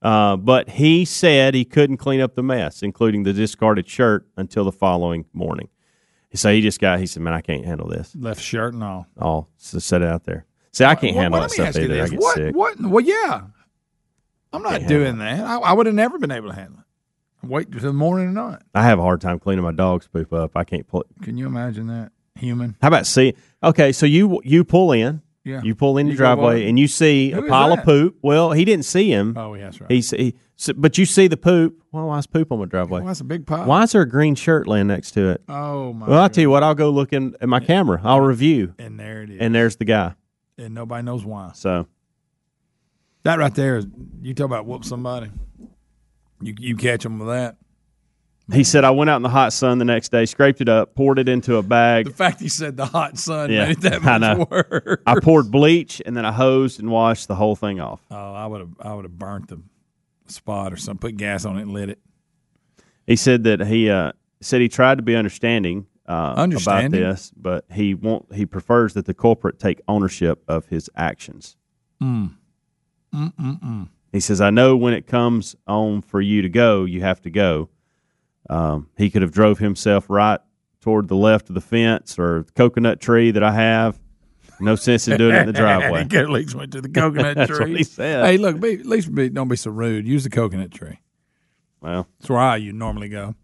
A: uh, but he said he couldn't clean up the mess, including the discarded shirt, until the following morning. So he just got. He said, "Man, I can't handle this."
H: left shirt and all.
A: I'll s- set it out there. See, I can't
H: Well,
A: handle
H: well,
A: that
H: let me
A: stuff
H: ask you
A: either. I
H: this.
A: get
H: what,
A: sick.
H: What? Well, yeah. I'm not
A: Can't
H: doing that. I, I would have never been able to handle it. Wait till the morning or not.
A: I have a hard time cleaning my dog's poop up. I can't pull.
H: Can you imagine that? Human.
A: How about see? Okay, so you you pull in.
H: Yeah.
A: You pull in the
H: You go
A: driveway
H: what?
A: and you see
H: Who
A: a
H: is
A: pile of
H: that?
A: poop. Well, he didn't see him.
H: Oh, yeah, that's right.
A: He, s- he s- but you see the poop. Well, why is poop on my driveway?
H: Well, that's a big pile.
A: Why is there a green shirt laying next to it?
H: Oh, my
A: Well, I tell you what, I'll go look in at my camera. I'll review.
H: And there it is.
A: And there's the guy.
H: And nobody knows why.
A: So
H: That right there is you talk about whoop somebody. You you catch them with that.
A: he said, I went out in the hot sun the next day, scraped it up, poured it into a bag.
H: The fact he said the hot sun
A: Yeah,
H: made that
A: I
H: much
A: know.
H: worse.
A: I poured bleach and then I hosed and washed the whole thing off.
H: Oh, I would have I would have burnt the spot or something. Put gas on it and lit it.
A: He said that he uh, said he tried to be understanding, uh,
H: Understanding?
A: about this, but he won't. He prefers that the culprit take ownership of his actions.
H: Mm. Mm mm mm.
A: He says, "I know when it comes on for you to go, you have to go." Um, he could have drove himself right toward the left of the fence or the coconut tree that I have. No sense in doing it in the driveway.
H: He at least went to the coconut
A: That's
H: tree.
A: what he said.
H: Hey, look, be, at least be, don't be so rude. Use the coconut tree.
A: Well,
H: That's where I you normally go.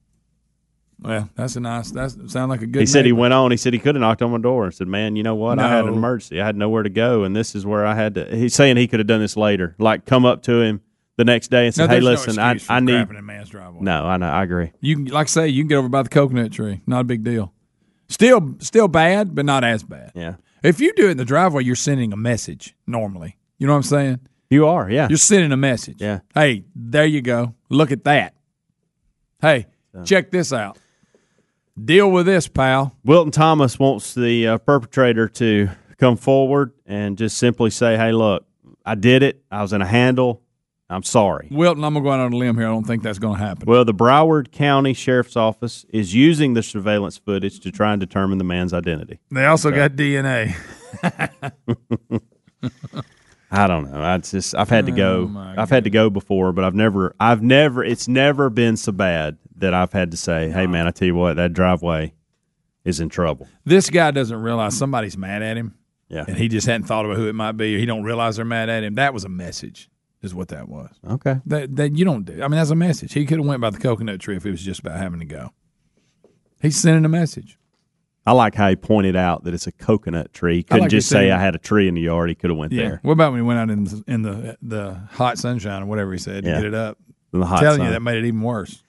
H: Well, that's a nice. That sound like a good.
A: he said he
H: neighbor.
A: went on. He said he could have knocked on my door and said, "Man, you know what? I had an
H: No.
A: emergency. I had nowhere to go, and this is where I had to." He's saying he could have done this later, like come up to him the next day and
H: No,
A: said, "Hey,
H: there's no
A: listen, I,
H: excuse for
A: I need."
H: crapping in a man's driveway.
A: No, I know. I agree.
H: You can, like I say, you can get over by the coconut tree. Not a big deal. Still, still bad, but not as bad.
A: Yeah.
H: If you do it in the driveway, you're sending a message. Normally, you know what I'm saying.
A: You are. Yeah.
H: You're sending a message.
A: Yeah.
H: Hey, there you go. Look at that. Hey, check this out. Deal with this, pal.
A: Wilton Thomas wants the uh, perpetrator to come forward and just simply say, "Hey, look, I did it. I was in a handle. I'm sorry."
H: Wilton, I'm gonna go out on a limb here. I don't think that's gonna happen.
A: Well, the Broward County Sheriff's Office is using the surveillance footage to try and determine the man's identity.
H: They also got DNA.
A: I don't know. I just I've had to go.
H: Oh, my
A: I've had to go before, but I've never I've never it's never been so bad that I've had to say, "Hey man, I tell you what, that driveway is in trouble."
H: this guy doesn't realize somebody's mad at him.
A: Yeah.
H: And he just hadn't thought about who it might be, or he don't realize they're mad at him. That was a message, is what that was.
A: Okay.
H: That that you don't do. I mean, that's a message. He could have went by the coconut tree if it was just about having to go. He's sending a message.
A: I like how he pointed out that it's a coconut
H: I
A: tree. He
H: like
A: Couldn't just
H: you
A: say
H: saying-
A: I had a tree in the yard. He could have went there.
H: What about when he went out in the, in the the hot sunshine or whatever he said
A: Yeah.
H: to get it up?
A: In the hot
H: Telling
A: sun.
H: you that made it even worse.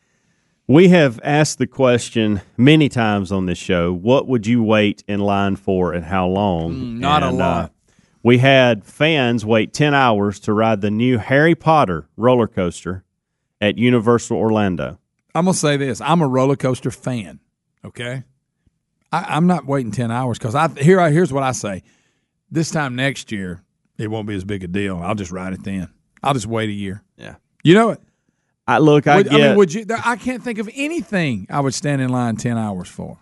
A: We have asked the question many times on this show what would you wait in line for and how long?
H: Mm, not a
A: And, uh,
H: lot.
A: we had fans wait 10 hours to ride the new Harry Potter roller coaster at Universal Orlando.
H: I'm gonna say this. I'm a roller coaster fan. Okay, I, I'm not waiting ten hours because I here. I here's what I say. This time next year, it won't be as big a deal. I'll just ride it then. I'll just wait a year.
A: Yeah.
H: You know it.
A: I look, I
H: Would-
A: get.
H: mean, would you? there- I can't think of anything I would stand in line ten hours for.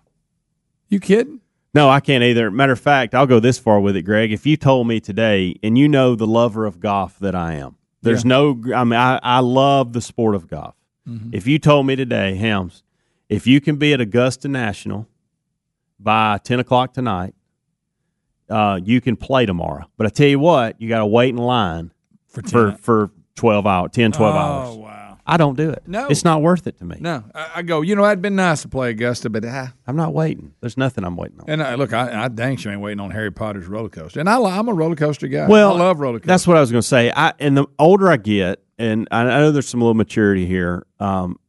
H: You kidding?
A: No, I can't either. Matter of fact, I'll go this far with it, Greg. If you told me today, and you know the lover of golf that I am, there's
H: Yeah.
A: no, I mean, I, I love the sport of golf.
L: Mm-hmm.
A: Mm-hmm. If you told me today, Helms, if you can be at Augusta National by 10 o'clock tonight, uh, you can play tomorrow. But I tell you what, you got to wait in line
H: for,
A: for, 12 hours, 10, 12
H: Oh,
A: hours. wow. I don't do it.
H: No.
A: It's not worth it to me.
H: No, I, I go. You know, it'd been nice to play Augusta, but ah.
A: I'm not waiting. There's nothing I'm waiting on.
H: And I, look, I, I dang sure ain't waiting on Harry Potter's roller coaster. And I, li- I'm a roller coaster guy.
A: Well,
H: I love roller coasters.
A: That's what I was going to say. I and the older I get, and I I know there's some little maturity here. Um,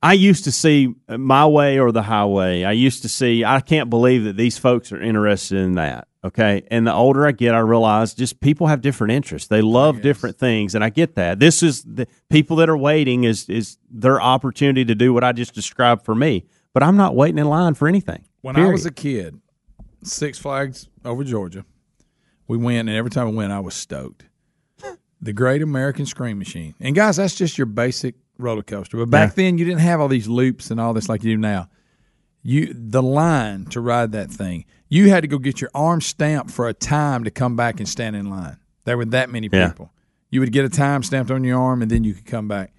A: I used to see my way or the highway. I used to see. I can't believe that these folks are interested in that. Okay, and the older I get, I realize just people have different interests. They love different things, and I get that. This is the people that are waiting is is their opportunity to do what I just described for me. But I'm not waiting in line for anything.
H: When I was a kid, Six Flags over Georgia, we went, and every time we went, I was stoked. The Great American Scream Machine. And guys, that's just your basic roller coaster. But back then, you didn't have all these loops and all this like you do now. You the line to ride that thing, you had to go get your arm stamped for a time to come back and stand in line. There were that many
A: Yeah.
H: people. You would get a time stamped on your arm, and then you could come back.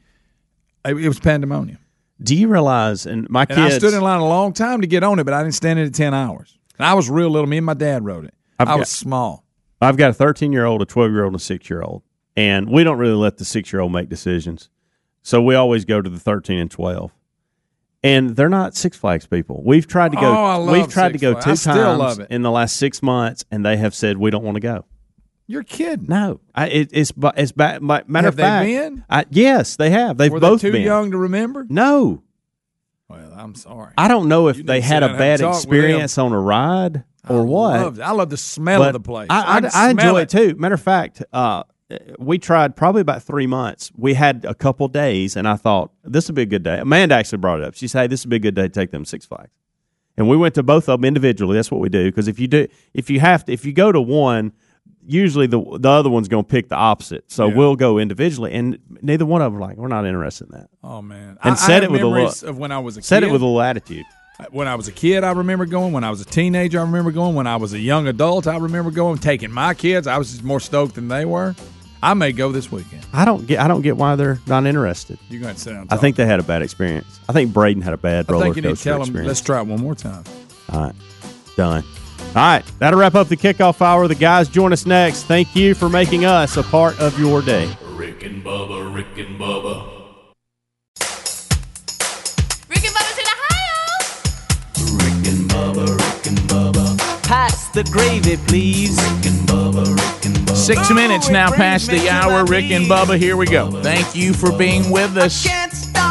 H: It, it was pandemonium.
A: Do you realize? And my
H: And I
A: kids,
H: stood in line a long time to get on it, but I didn't stand in it ten hours. And I was real little. Me and my dad rode it.
A: I've
H: I
A: got-
H: was small.
A: I've got a 13 year old, a 12 year old, and a six year old. And we don't really let the six year old make decisions. So we always go to the 13 and 12. And they're not Six Flags people. We've tried to go.
H: Oh, I love
A: we've tried
H: Six
A: to go
H: Flags.
A: two
H: I
A: times
H: still love it.
A: in the last six months, and they have said we don't want to go.
H: You're kidding.
A: No, I, it, it's bu- it's ba- ma- matter
H: Have
A: of
H: they
A: fact.
H: been?
A: I, yes, they have. They've
H: Were
A: both
H: they too
A: been.
H: young to remember?
A: No,
H: Well, I'm sorry.
A: I don't know if
H: You need
A: they
H: to
A: had
H: sit
A: a
H: down and have
A: bad
H: a talk with
A: experience on a ride or what.
H: Loved it. I love the smell
A: But
H: of the place.
A: I,
H: can
A: I, I
H: smell
A: enjoy it. too. Matter of fact, uh, we tried probably about three months. We had a couple days, and I thought this would be a good day. Amanda actually brought it up. She said, "Hey, this would be a good day to take them to Six Flags." And we went to both of them individually. That's what we do because if you do, if you have to, if you go to one, usually the the other one's going to pick the opposite. So we'll go individually, and neither one of them were like we're not interested in that.
H: Oh man, I,
A: And
H: I
A: said
H: have
A: it with a
H: memories
A: look.
H: of when I was a
A: said
H: kid.
A: it with a little attitude.
H: When I was a kid, I remember going. When I was a teenager, I remember going. When I was a young adult, I remember going. Taking my kids, I was just more stoked than they were. I may go this weekend.
A: I don't get. I don't get why they're not interested.
H: You're going to sit down. and
A: I
H: talk.
A: think they had a bad experience. I think Braden had a bad
H: I
A: roller
H: think you
A: coaster
H: need to tell them.
A: experience.
H: Let's try it one more time.
A: All right. Done. All right. That'll wrap up the kickoff hour. The guys join us next. Thank you for making us a part of your day.
D: Rick and Bubba, Rick and Bubba,
R: Rick and Bubba's in Ohio.
S: Pass the gravy, please.
T: Six minutes now past the hour. Rick and Bubba, here we go. Thank you for being with us.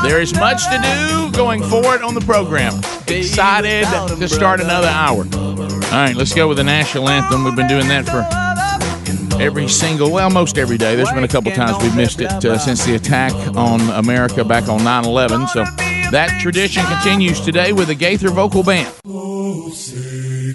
T: There is much to do going forward on the program. Excited to start another hour. All right, let's go with the national anthem. We've been doing that for every single, well, most every day. There's been a couple times we've missed it uh, since the attack on America back on 9 11. So that tradition continues today with the Gaither Vocal Band.
U: Oh, say,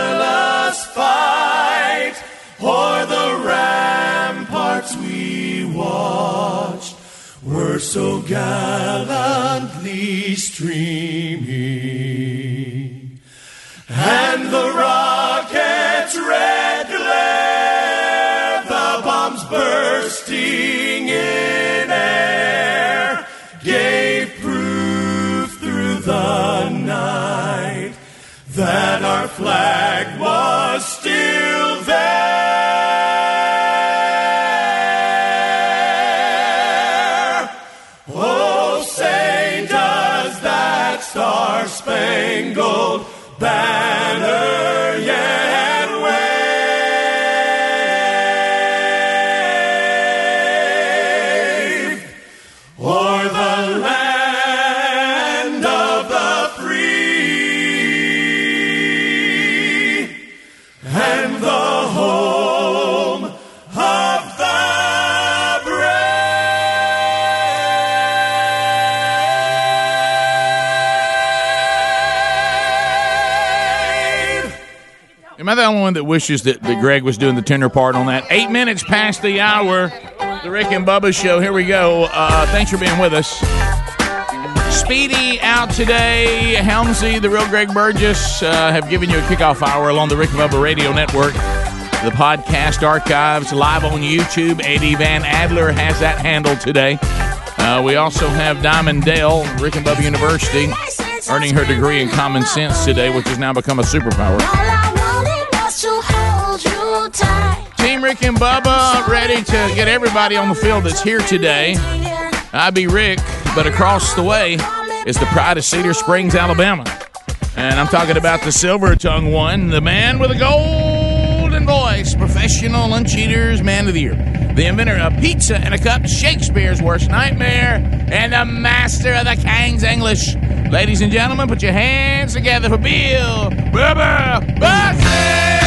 U: fight o'er the ramparts we watched were so gallantly streaming. And the rocket's red glare, the bombs bursting in air, gave proof through the night that our flag was still there. Oh, say does that star spangled banner yet wave o'er the land of the free and the home of the
T: Am I the only one that wishes that, that Greg was doing the tender part on that? Eight minutes past the hour. The Rick and Bubba Show. Here we go. Uh, thanks for being with us. Speedy out today. Helmsy, the real Greg Burgess, uh, have given you a kickoff hour along the Rick and Bubba Radio Network. The podcast archives live on YouTube. Eddie Van Adler has that handle today. Uh, we also have Diamond Dale, Rick and Bubba University, earning her degree in common sense today, which has now become a superpower. Team Rick and Bubba ready to get everybody on the field that's here today. I be Rick, but across the way is the pride of Cedar Springs, Alabama. And I'm talking about the silver tongue one, the man with a golden voice, professional lunch eaters, man of the year, the inventor of pizza and a cup, Shakespeare's worst nightmare, and the master of the King's English. Ladies and gentlemen, put your hands together for Bill Bubba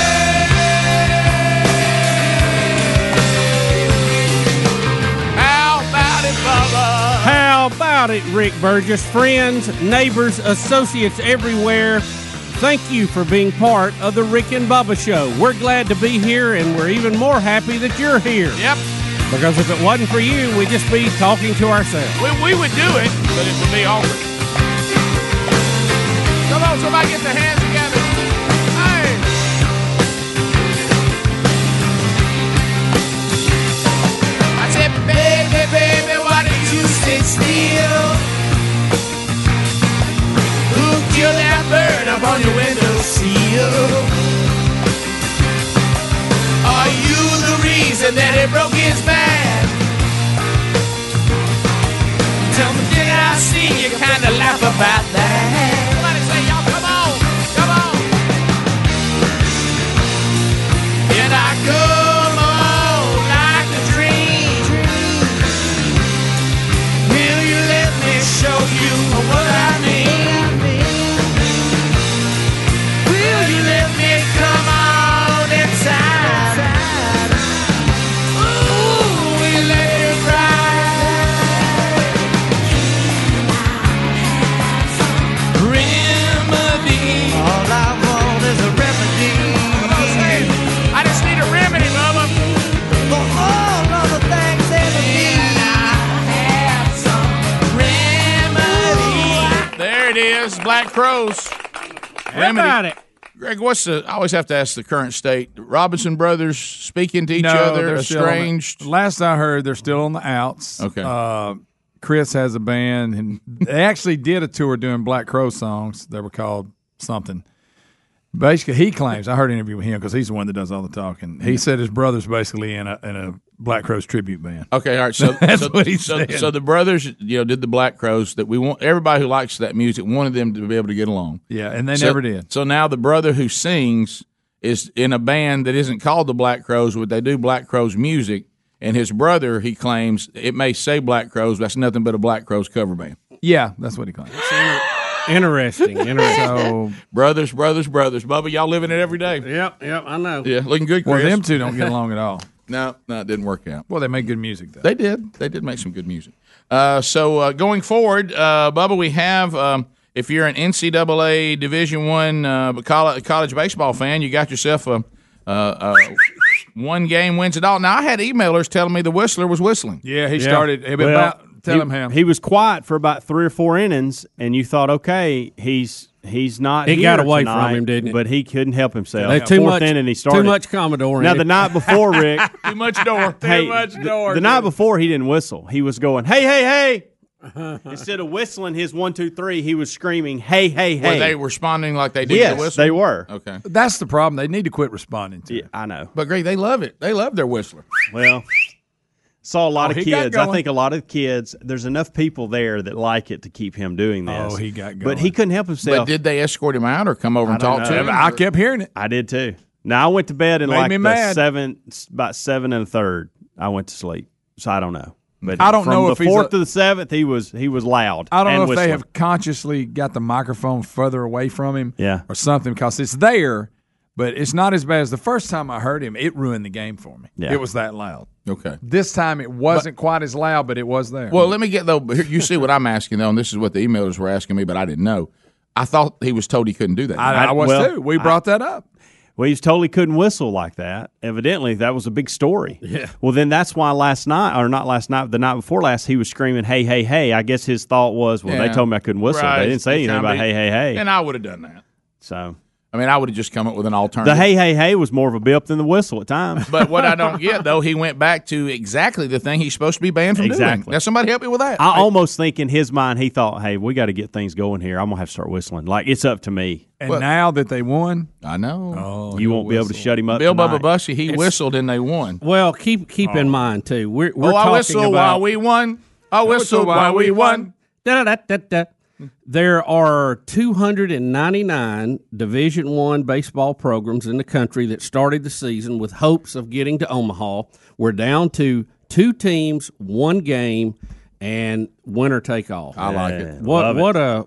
T: How about it, Bubba?
B: How about it, Rick Burgess? Friends, neighbors, associates everywhere, thank you for being part of the Rick and Bubba Show. We're glad to be here, and we're even more happy that you're here.
T: Yep.
B: Because if it wasn't for you, we'd just be talking to ourselves.
T: We, we would do it, but it would be awkward. Come on, somebody get their hands together. Hey! I said, baby, baby, why don't you sit still? Who killed that bird up on your windowsill? Are you the reason that it broke his back? Tell me, did I see you kinda laugh about that? Somebody say, y'all, come on, come on. Did I come on like a dream? Will you let me show you what I mean? Will you let me come on inside? Ooh, we let it ride. Remedy. All I want is a remedy. I just need a remedy, Bubba. For all of the things that I need. have some remedy. There it is, Black Crows. Remedy.
B: about it?
T: Greg, what's the? I always have to ask the current state. Robinson Brothers speaking to each
H: No,
T: other,
H: they're still on the-
T: estranged.
H: last I heard, they're still on the outs.
T: Okay.
H: Uh, Chris has a band, and they actually did a tour doing Black Crow songs. They were called something. Basically, he claims I heard an interview with him because he's the one that does all the talking. He said his brother's basically in a in a Black Crows tribute band.
T: Okay, all right. So
H: That's
T: so,
H: what he
T: so,
H: said.
T: So the brothers, you know, did the Black Crows that we want. Everybody who likes that music wanted them to be able to get along.
H: Yeah, and they
T: So-
H: never did.
T: So now the brother who sings is in a band that isn't called the Black Crows, but they do Black Crows music. And his brother, he claims it may say Black Crows, but that's nothing but a Black Crows cover band.
H: Yeah, that's what he claims.
B: Interesting. Interesting.
H: So
T: brothers, brothers, brothers. Bubba, y'all living it every day.
B: Yep, yep, I know.
T: Yeah, looking good.
H: Well,
T: Chris.
H: them two don't get along at all.
T: No, no, it didn't work out.
H: Well, they made good music though.
T: They did. They did make some good music. Uh, so uh, going forward, uh, Bubba, we have um, if you're an NCAA Division One uh, college, college baseball fan, you got yourself a, a, a one game wins it all. Now I had emailers telling me the Whistler was whistling.
H: Yeah,
T: he
H: Yeah. started-
T: about- tell
B: he,
T: him, Ham.
B: He was quiet for about three or four innings, and you thought, okay, he's he's not.
V: It
B: here
V: got away
B: tonight,
V: from him, didn't it?
B: But he couldn't help himself.
V: They- too
B: Fourth
V: much-
B: inning, he
V: too
B: started
V: much Commodore in
B: Now
V: it.
B: the night before, Rick,
T: Too much door.
B: hey, the, the night before he didn't whistle. He was going, hey, hey, hey.
A: Instead of whistling his one, two, three, he was screaming, hey, hey, hey.
T: Were they responding like they did
A: Yes,
T: to the whistle?
A: they were.
T: Okay.
H: That's the problem. They need to quit responding to.
A: Yeah, I know.
T: But Greg, they love it. They love their whistler.
A: Well, saw a lot
T: Oh,
A: of
T: he got
A: kids. I
T: going.
A: think a lot of kids. There's enough people there that like it to keep him doing this.
T: Oh, he got
A: But he
T: going.
A: couldn't help himself.
T: But did they escort him out or come over
A: I
T: and
A: don't
T: talk
A: know.
T: to him?
A: I
H: kept hearing it.
A: I did too. Now I went to bed and
H: Made
A: like
H: me
A: the
H: mad.
A: seven, about seven and a third. I went to sleep, so I don't know. But
H: I don't
A: from
H: know
A: the
H: if he's
A: fourth
H: a-
A: to the seventh. He was he was loud.
H: I don't
A: and
H: know if
A: whistling.
H: they have consciously got the microphone further away from him,
A: Yeah.
H: or something, because it's there, but it's not as bad as the first time I heard him. It ruined the game for me.
T: Yeah.
H: It was that loud.
T: Okay.
H: This time it wasn't quite as loud, but it was there.
T: Well, let me get though. here- You see what I'm asking though, and this is what the emailers were asking me, but I didn't know. I thought he was told he couldn't do that.
H: I, I was too. We brought that up.
A: Well, he totally couldn't whistle like that. Evidently, that was a big story. Yeah. Well, then that's why last night, or not last night, the night before last, he was screaming, "Hey, hey, hey!" I guess his thought was, "Well,
T: Yeah.
A: they told me I couldn't whistle.
T: Right.
A: They didn't say
T: It's
A: anything about
T: kinda
A: hey,
T: be-
A: hey, hey."
T: And I would have done that.
A: so
T: I mean, I would have just come up with an
A: the
T: alternative.
A: hey, hey, hey was more of a bip than the whistle at times.
T: But what I don't get though, he went back to exactly the thing he's supposed to be banned from
A: Exactly.
T: doing. Now somebody help me with that.
A: I almost think in his mind he thought, "Hey, we got to get things going here. I'm gonna have to start whistling. Like it's up to me.
H: And now that they won,
T: I know.
H: Oh,
A: you won't be able to shut him up."
T: Bill
A: tonight.
T: Bubba Bussy, he whistled and they won.
B: Well, keep keep in mind too. We're, we're
T: oh, I
B: talking
T: whistle
B: about,
T: while we won. I whistle while we won.
B: Da-da-da-da-da. There are 299 Division One baseball programs in the country that started the season with hopes of getting to Omaha. We're down to two teams, one game, and winner take all.
T: I like it.
B: What
T: Love it.
B: what a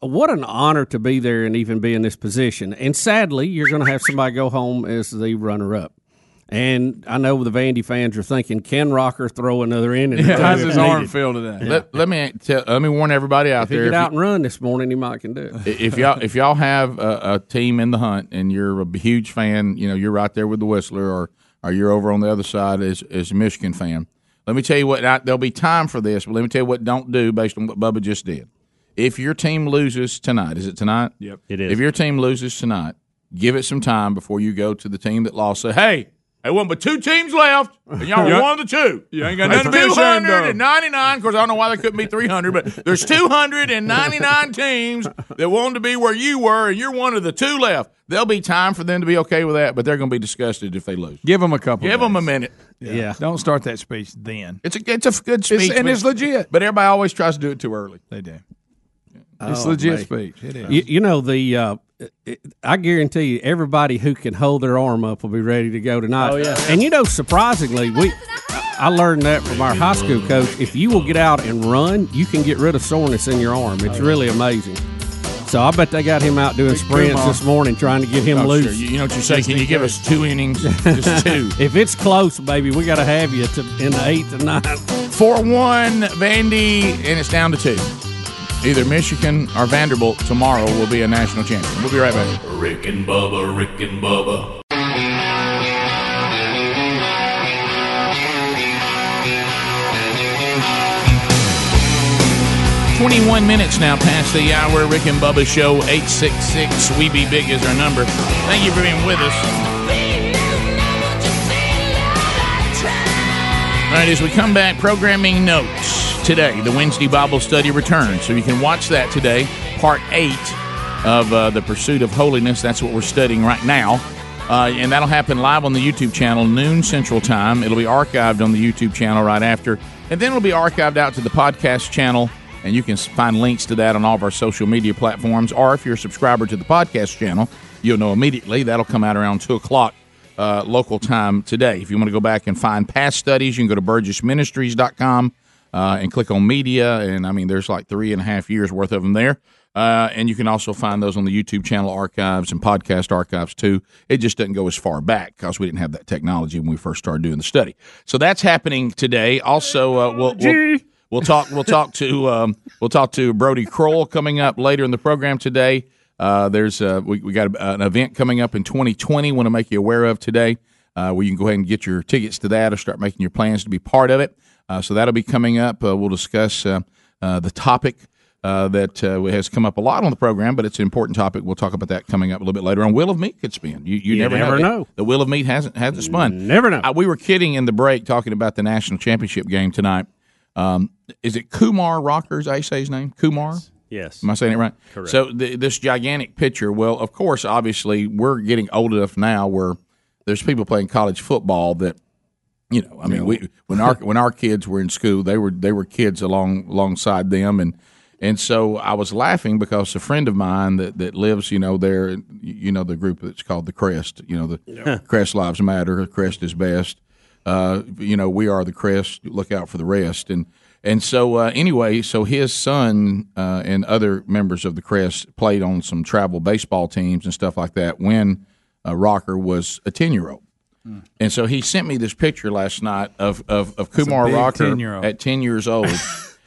B: what an honor to be there and even be in this position. And sadly, you're going to have somebody go home as the runner up. And I know the Vandy fans are thinking, can Rocker throw another inning?
H: Yeah,
B: If
H: how's his
B: needed.
H: arm feel today?
T: Let, let me tell, let me warn everybody out
B: If he
T: there.
B: get
T: if you-
B: out and run this morning, he might can do it.
T: if y'all if y'all have a, a team in the hunt and you're a huge fan, you know you're right there with the Whistler, or or you're over on the other side as as a Michigan fan. Let me tell you what I, there'll be time for this, but let me tell you what don't do based on what Bubba just did. If your team loses tonight, is it tonight?
H: Yep.
A: It
T: If your team loses tonight, give it some time before you go to the team that lost. Say, hey, they won but two teams left, and y'all
H: Yeah.
T: are one of the two. You ain't
H: got nothing to be ashamed of.
T: 299. Of course, I don't know why there couldn't be 300, but there's 299 teams that wanted to be where you were, and you're one of the two left. There'll be time for them to be okay with that, but they're going to be disgusted if they lose.
H: Give them a couple.
T: Give them a minute.
H: Yeah. Don't start that speech then.
T: It's a it's a good speech,
H: and it's legit.
T: But everybody always tries to do it too early.
H: They do.
T: It's
B: Oh,
T: legit
B: mate.
T: speech. It is.
B: You, you know the. Uh, it- I guarantee you, everybody who can hold their arm up will be ready to go tonight.
A: Oh, yeah.
B: And you know, surprisingly, we. I I learned that from our high school coach. If you will get out and run, you can get rid of soreness in your arm. It's really amazing. So I bet they got him out doing sprints
T: Kumar.
B: this morning trying to get him
T: Oh,
B: loose.
T: sure. You- you know what you say, can you give us two innings? Just two.
B: if it's close, baby, we got to have you to, in the eighth and ninth.
T: Four one Vandy, and it's down to two. Either Michigan or Vanderbilt tomorrow will be a national champion. We'll be right back.
D: Rick and Bubba, Rick and Bubba.
T: Twenty-one minutes now past the hour. Rick and Bubba Show eight six six. We be big is our number. Thank you for being with us. All right, as we come back, programming notes today. The Wednesday Bible study returns, so you can watch that today, part eight of uh, the pursuit of holiness. That's what we're studying right now, uh, and that'll happen live on the YouTube channel noon Central Time. It'll be archived on the YouTube channel right after, and then it'll be archived out to the podcast channel. And you can s- find links to that on all of our social media platforms. Or if you're a subscriber to the podcast channel, you'll know immediately. That'll come out around 2 o'clock uh, local time today. If you want to go back and find past studies, you can go to burgessministries.com uh, and click on media. And I mean, there's like three and a half years worth of them there. Uh, and you can also find those on the YouTube channel archives and podcast archives too. It just doesn't go as far back because we didn't have that technology when we first started doing the study. So that's happening today. Also, uh, we'll, we'll we'll talk we'll talk to um, we'll talk to Brody Kroll coming up later in the program today. Uh, there's uh, we, we got a, an event coming up in 2020. Want to make you aware of today, uh, where you can go ahead and get your tickets to that or start making your plans to be part of it. Uh, so that'll be coming up. Uh, we'll discuss uh, uh, the topic uh, that uh, has come up a lot on the program, but it's an important topic. We'll talk about that coming up a little bit later on. Will of Meat could spin. You, you,
B: You
T: never,
B: never know.
T: The Will of Meat hasn't hasn't spun. Never know. we were kidding in the break talking about the national championship game tonight. Um, is it Kumar Rockers? I say his name Kumar.
A: Yes.
T: Am I saying it right?
A: Correct.
T: So th- this gigantic picture. Well, of course, obviously, we're getting old enough now where there's people playing college football that, you know, I mean, we when our when our kids were in school, they were they were kids along alongside them, and and so I was laughing because a friend of mine that that lives, you know, there, you know, the group that's called the Crest, you know, the Crest Lives Matter, Crest is best. Uh, you know, we are the Crest. Look out for the rest, and. And so, uh, anyway, so his son uh, and other members of the Crest played on some travel baseball teams and stuff like that when uh, Rocker was a 10 year old. And so he sent me this picture last night of, of, of
H: That's a
T: Kumar
H: big
T: Rocker
H: 10-year-old.
T: at 10 years old.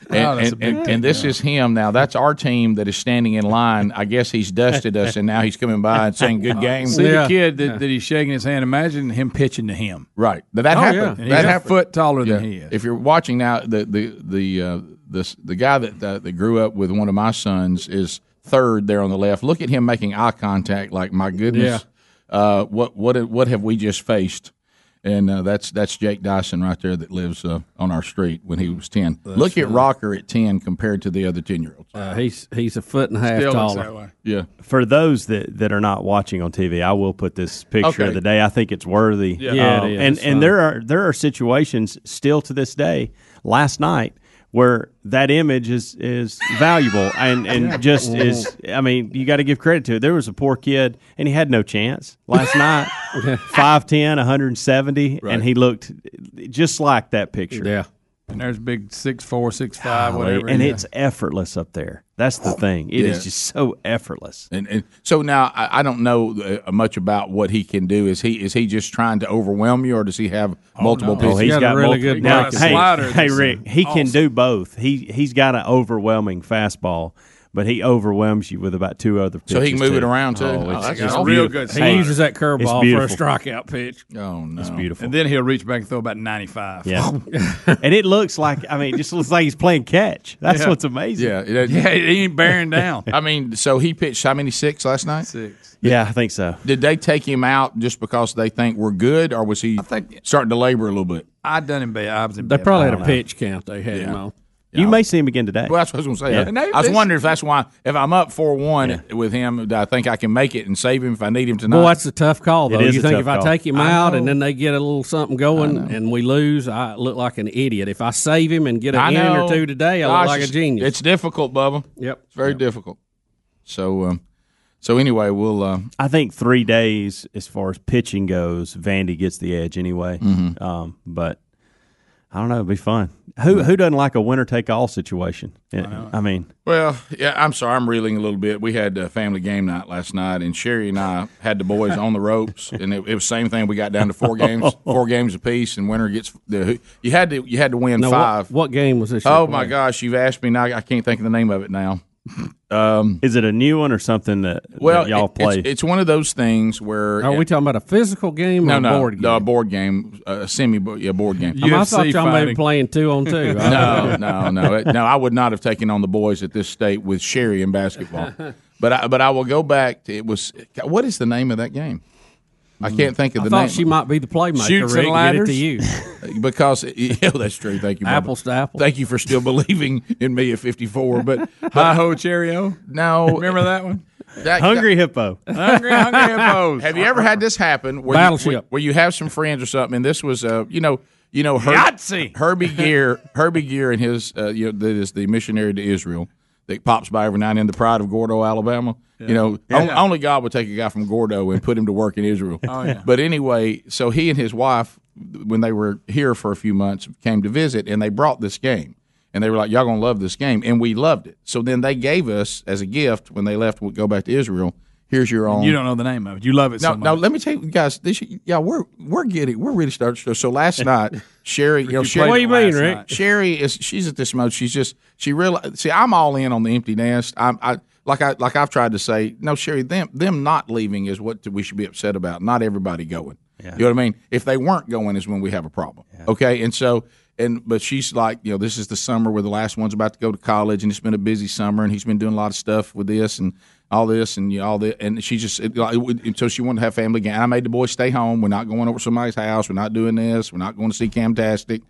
H: Wow,
T: And,
H: that's a
T: and,
H: big
T: and- and this is him now. That's our team that is standing in line. I guess he's dusted us, and now he's coming by and saying, "Good game."
H: See the kid that, that he's shaking his hand. Imagine him pitching to him.
T: Right. Now, that
H: Oh,
T: happened.
H: yeah.
T: That
H: He's a
T: happened.
H: foot taller than he is.
T: If you're watching now, the the the uh, this the guy that uh, that grew up with one of my sons is third there on the left. Look at him making eye contact. Like my goodness, uh, what what what have we just faced? And uh, that's that's Jake Dyson right there that lives uh, on our street when he was ten.
A: That's
T: Look at
A: right.
T: Rocker at ten compared to the other ten year olds.
A: Uh, he's he's a foot and a half
T: Still looks
A: taller.
T: that way. Yeah.
A: For those that, that are not watching on TV, I will put this picture
T: Okay.
A: of the day. I think it's worthy. Um,
T: Yeah. Yeah, it is. Uh,
A: And
T: It's
A: and there are there are situations still to this day. Last night. Where that image is is valuable and, and just is, I mean, you got to give credit to it. There was a poor kid and he had no chance last night. 5'10, 170, and he looked just like that picture. Yeah.
H: And there's big six four, six five,
A: Golly,
H: whatever.
A: and
H: yeah.
A: it's effortless up there. That's the thing. It is
T: Yeah.
A: just so effortless.
T: And, and so now I, I don't know uh, much about what he can do. Is he is he just trying to overwhelm you, or does he have multiple pieces?
A: Oh, he's got multiple- now, hey, Hey, Rick, he can do both. He he's got an overwhelming fastball, but he overwhelms you with about two other pitches.
T: So he can move it
A: too.
T: around, too?
A: Oh,
T: Oh,
A: it's
T: that's
A: just
T: a real
A: beautiful.
T: good
H: He
A: Hey,
H: uses that
A: it's
H: curveball
A: beautiful.
H: for a strikeout pitch.
T: Oh no,
A: It's beautiful.
H: And then he'll reach back and throw about ninety five.
A: Yeah, and it looks like I mean, it just looks like he's playing catch. That's
T: Yeah.
A: what's amazing.
T: Yeah, it- I mean, so he pitched how many six last night?
H: Six.
A: yeah, I think so.
T: Did they take him out just because they think we're good, or was he starting to labor a little bit?
H: I done him bad. I was in
T: They
H: bed.
T: probably
H: I
T: had a
H: don't know.
T: pitch count they had him on.
A: You may see him again today.
T: Well, that's what I was going to say.
A: Yeah.
T: I was wondering if that's why, if I'm up 4 1 with him, do I think I can make it and save him if I need him tonight?
A: Well,
T: Well,
A: that's
B: It's a tough call, though.
A: It is
B: You
A: a
B: think
A: tough
B: if I
A: call.
B: take him
A: I
B: out
A: know.
B: and then they get a little something going and we lose, I look like an idiot. If I save him and get a inning or two today, I look like a genius.
T: It's difficult, Bubba.
B: Yep.
T: It's very difficult. So, um, so anyway, we'll. Uh,
A: I think three days as far as pitching goes, Vandy gets the edge anyway.
T: Mhm.
A: Um, but I don't know, it'd be fun. Who who doesn't like a winner take all situation? I, mean,
T: Well, yeah, I'm sorry, I'm reeling a little bit. We had a family game night last night, and Sherry and I had the boys on the ropes, and it, it was same thing. We got down to four games, four games apiece, and winner gets the. You had to, you had to win
B: Now, what-
T: five.
B: What, game was this?
T: Oh my gosh, you've asked me now. I can't think of the name of it now. Um,
A: is it a new one or something that,
T: Well,
A: that y'all
T: it- it's-
A: play?
T: It's, one of those things where
B: Are we talking about a physical game
T: no,
B: or
T: no,
B: a board game?
T: no, a board game, a semi, yeah, board game.
B: I thought y'all may be playing two on two.
T: no, no, no, It- no. I would not have taken on the boys at this state with Sherry in basketball. But I, but I will go back. To, it was what is the name of that game? I can't think of
B: Mm. I
T: the
B: thought
T: name.
B: she might be the playmaker.
T: Shoots
B: Rick, get
T: and
B: it
T: ladders
B: to you.
T: because yeah, that's true. Thank you, Bubba.
B: Apples to apples.
T: Thank you for still believing in me at fifty four. But, but
H: Hi ho, Cheerio.
T: No,
H: remember that one?
T: That-
A: Hungry hippo.
H: Hungry, hungry hippos.
T: Have you ever had this happen? Where
H: Battleship.
T: You, where, where you have some friends or something, and this was, uh, you know, you know, Her-
H: Yahtzee.
T: Herbie Gear, Herbie Gear, and his, uh, you know, that is the missionary to Israel that pops by every now and then, the pride of Gordo, Alabama. You know,
H: Yeah.
T: on- only God would take a guy from Gordo and put him to work in Israel.
H: Oh, yeah.
T: But anyway, so he and his wife, when they were here for a few months, came to visit, and they brought this game. And they were like, "Y'all gonna love this game," and we loved it. So then they gave us as a gift when they left, we go back to Israel. Here's your own.
H: You don't know the name of it. You love it
T: No,
H: so much.
T: no. Let me tell you guys, this, yeah, we're we're getting we're really starting. to- So last night, Sherry, you know,
H: You
T: Sherry,
H: played it What do you mean, last Rick? night.
T: Sherry is she's at this mode. She's just she realized. See, I'm all in on the empty nest. I'm I like I like I've tried to say, no, Sherry, them them not leaving is what we should be upset about. Not everybody going. You know what I mean? If they weren't going, is when we have a problem. Okay, and so. And but she's like, you know, this is the summer where the last one's about to go to college, and it's been a busy summer, and he's been doing a lot of stuff with this and all this and you know, all this, and she just it, like, it would- until she wanted to have family again. I made the boys stay home. We're not going over to somebody's house. We're not doing this. We're not going to see Camtastic.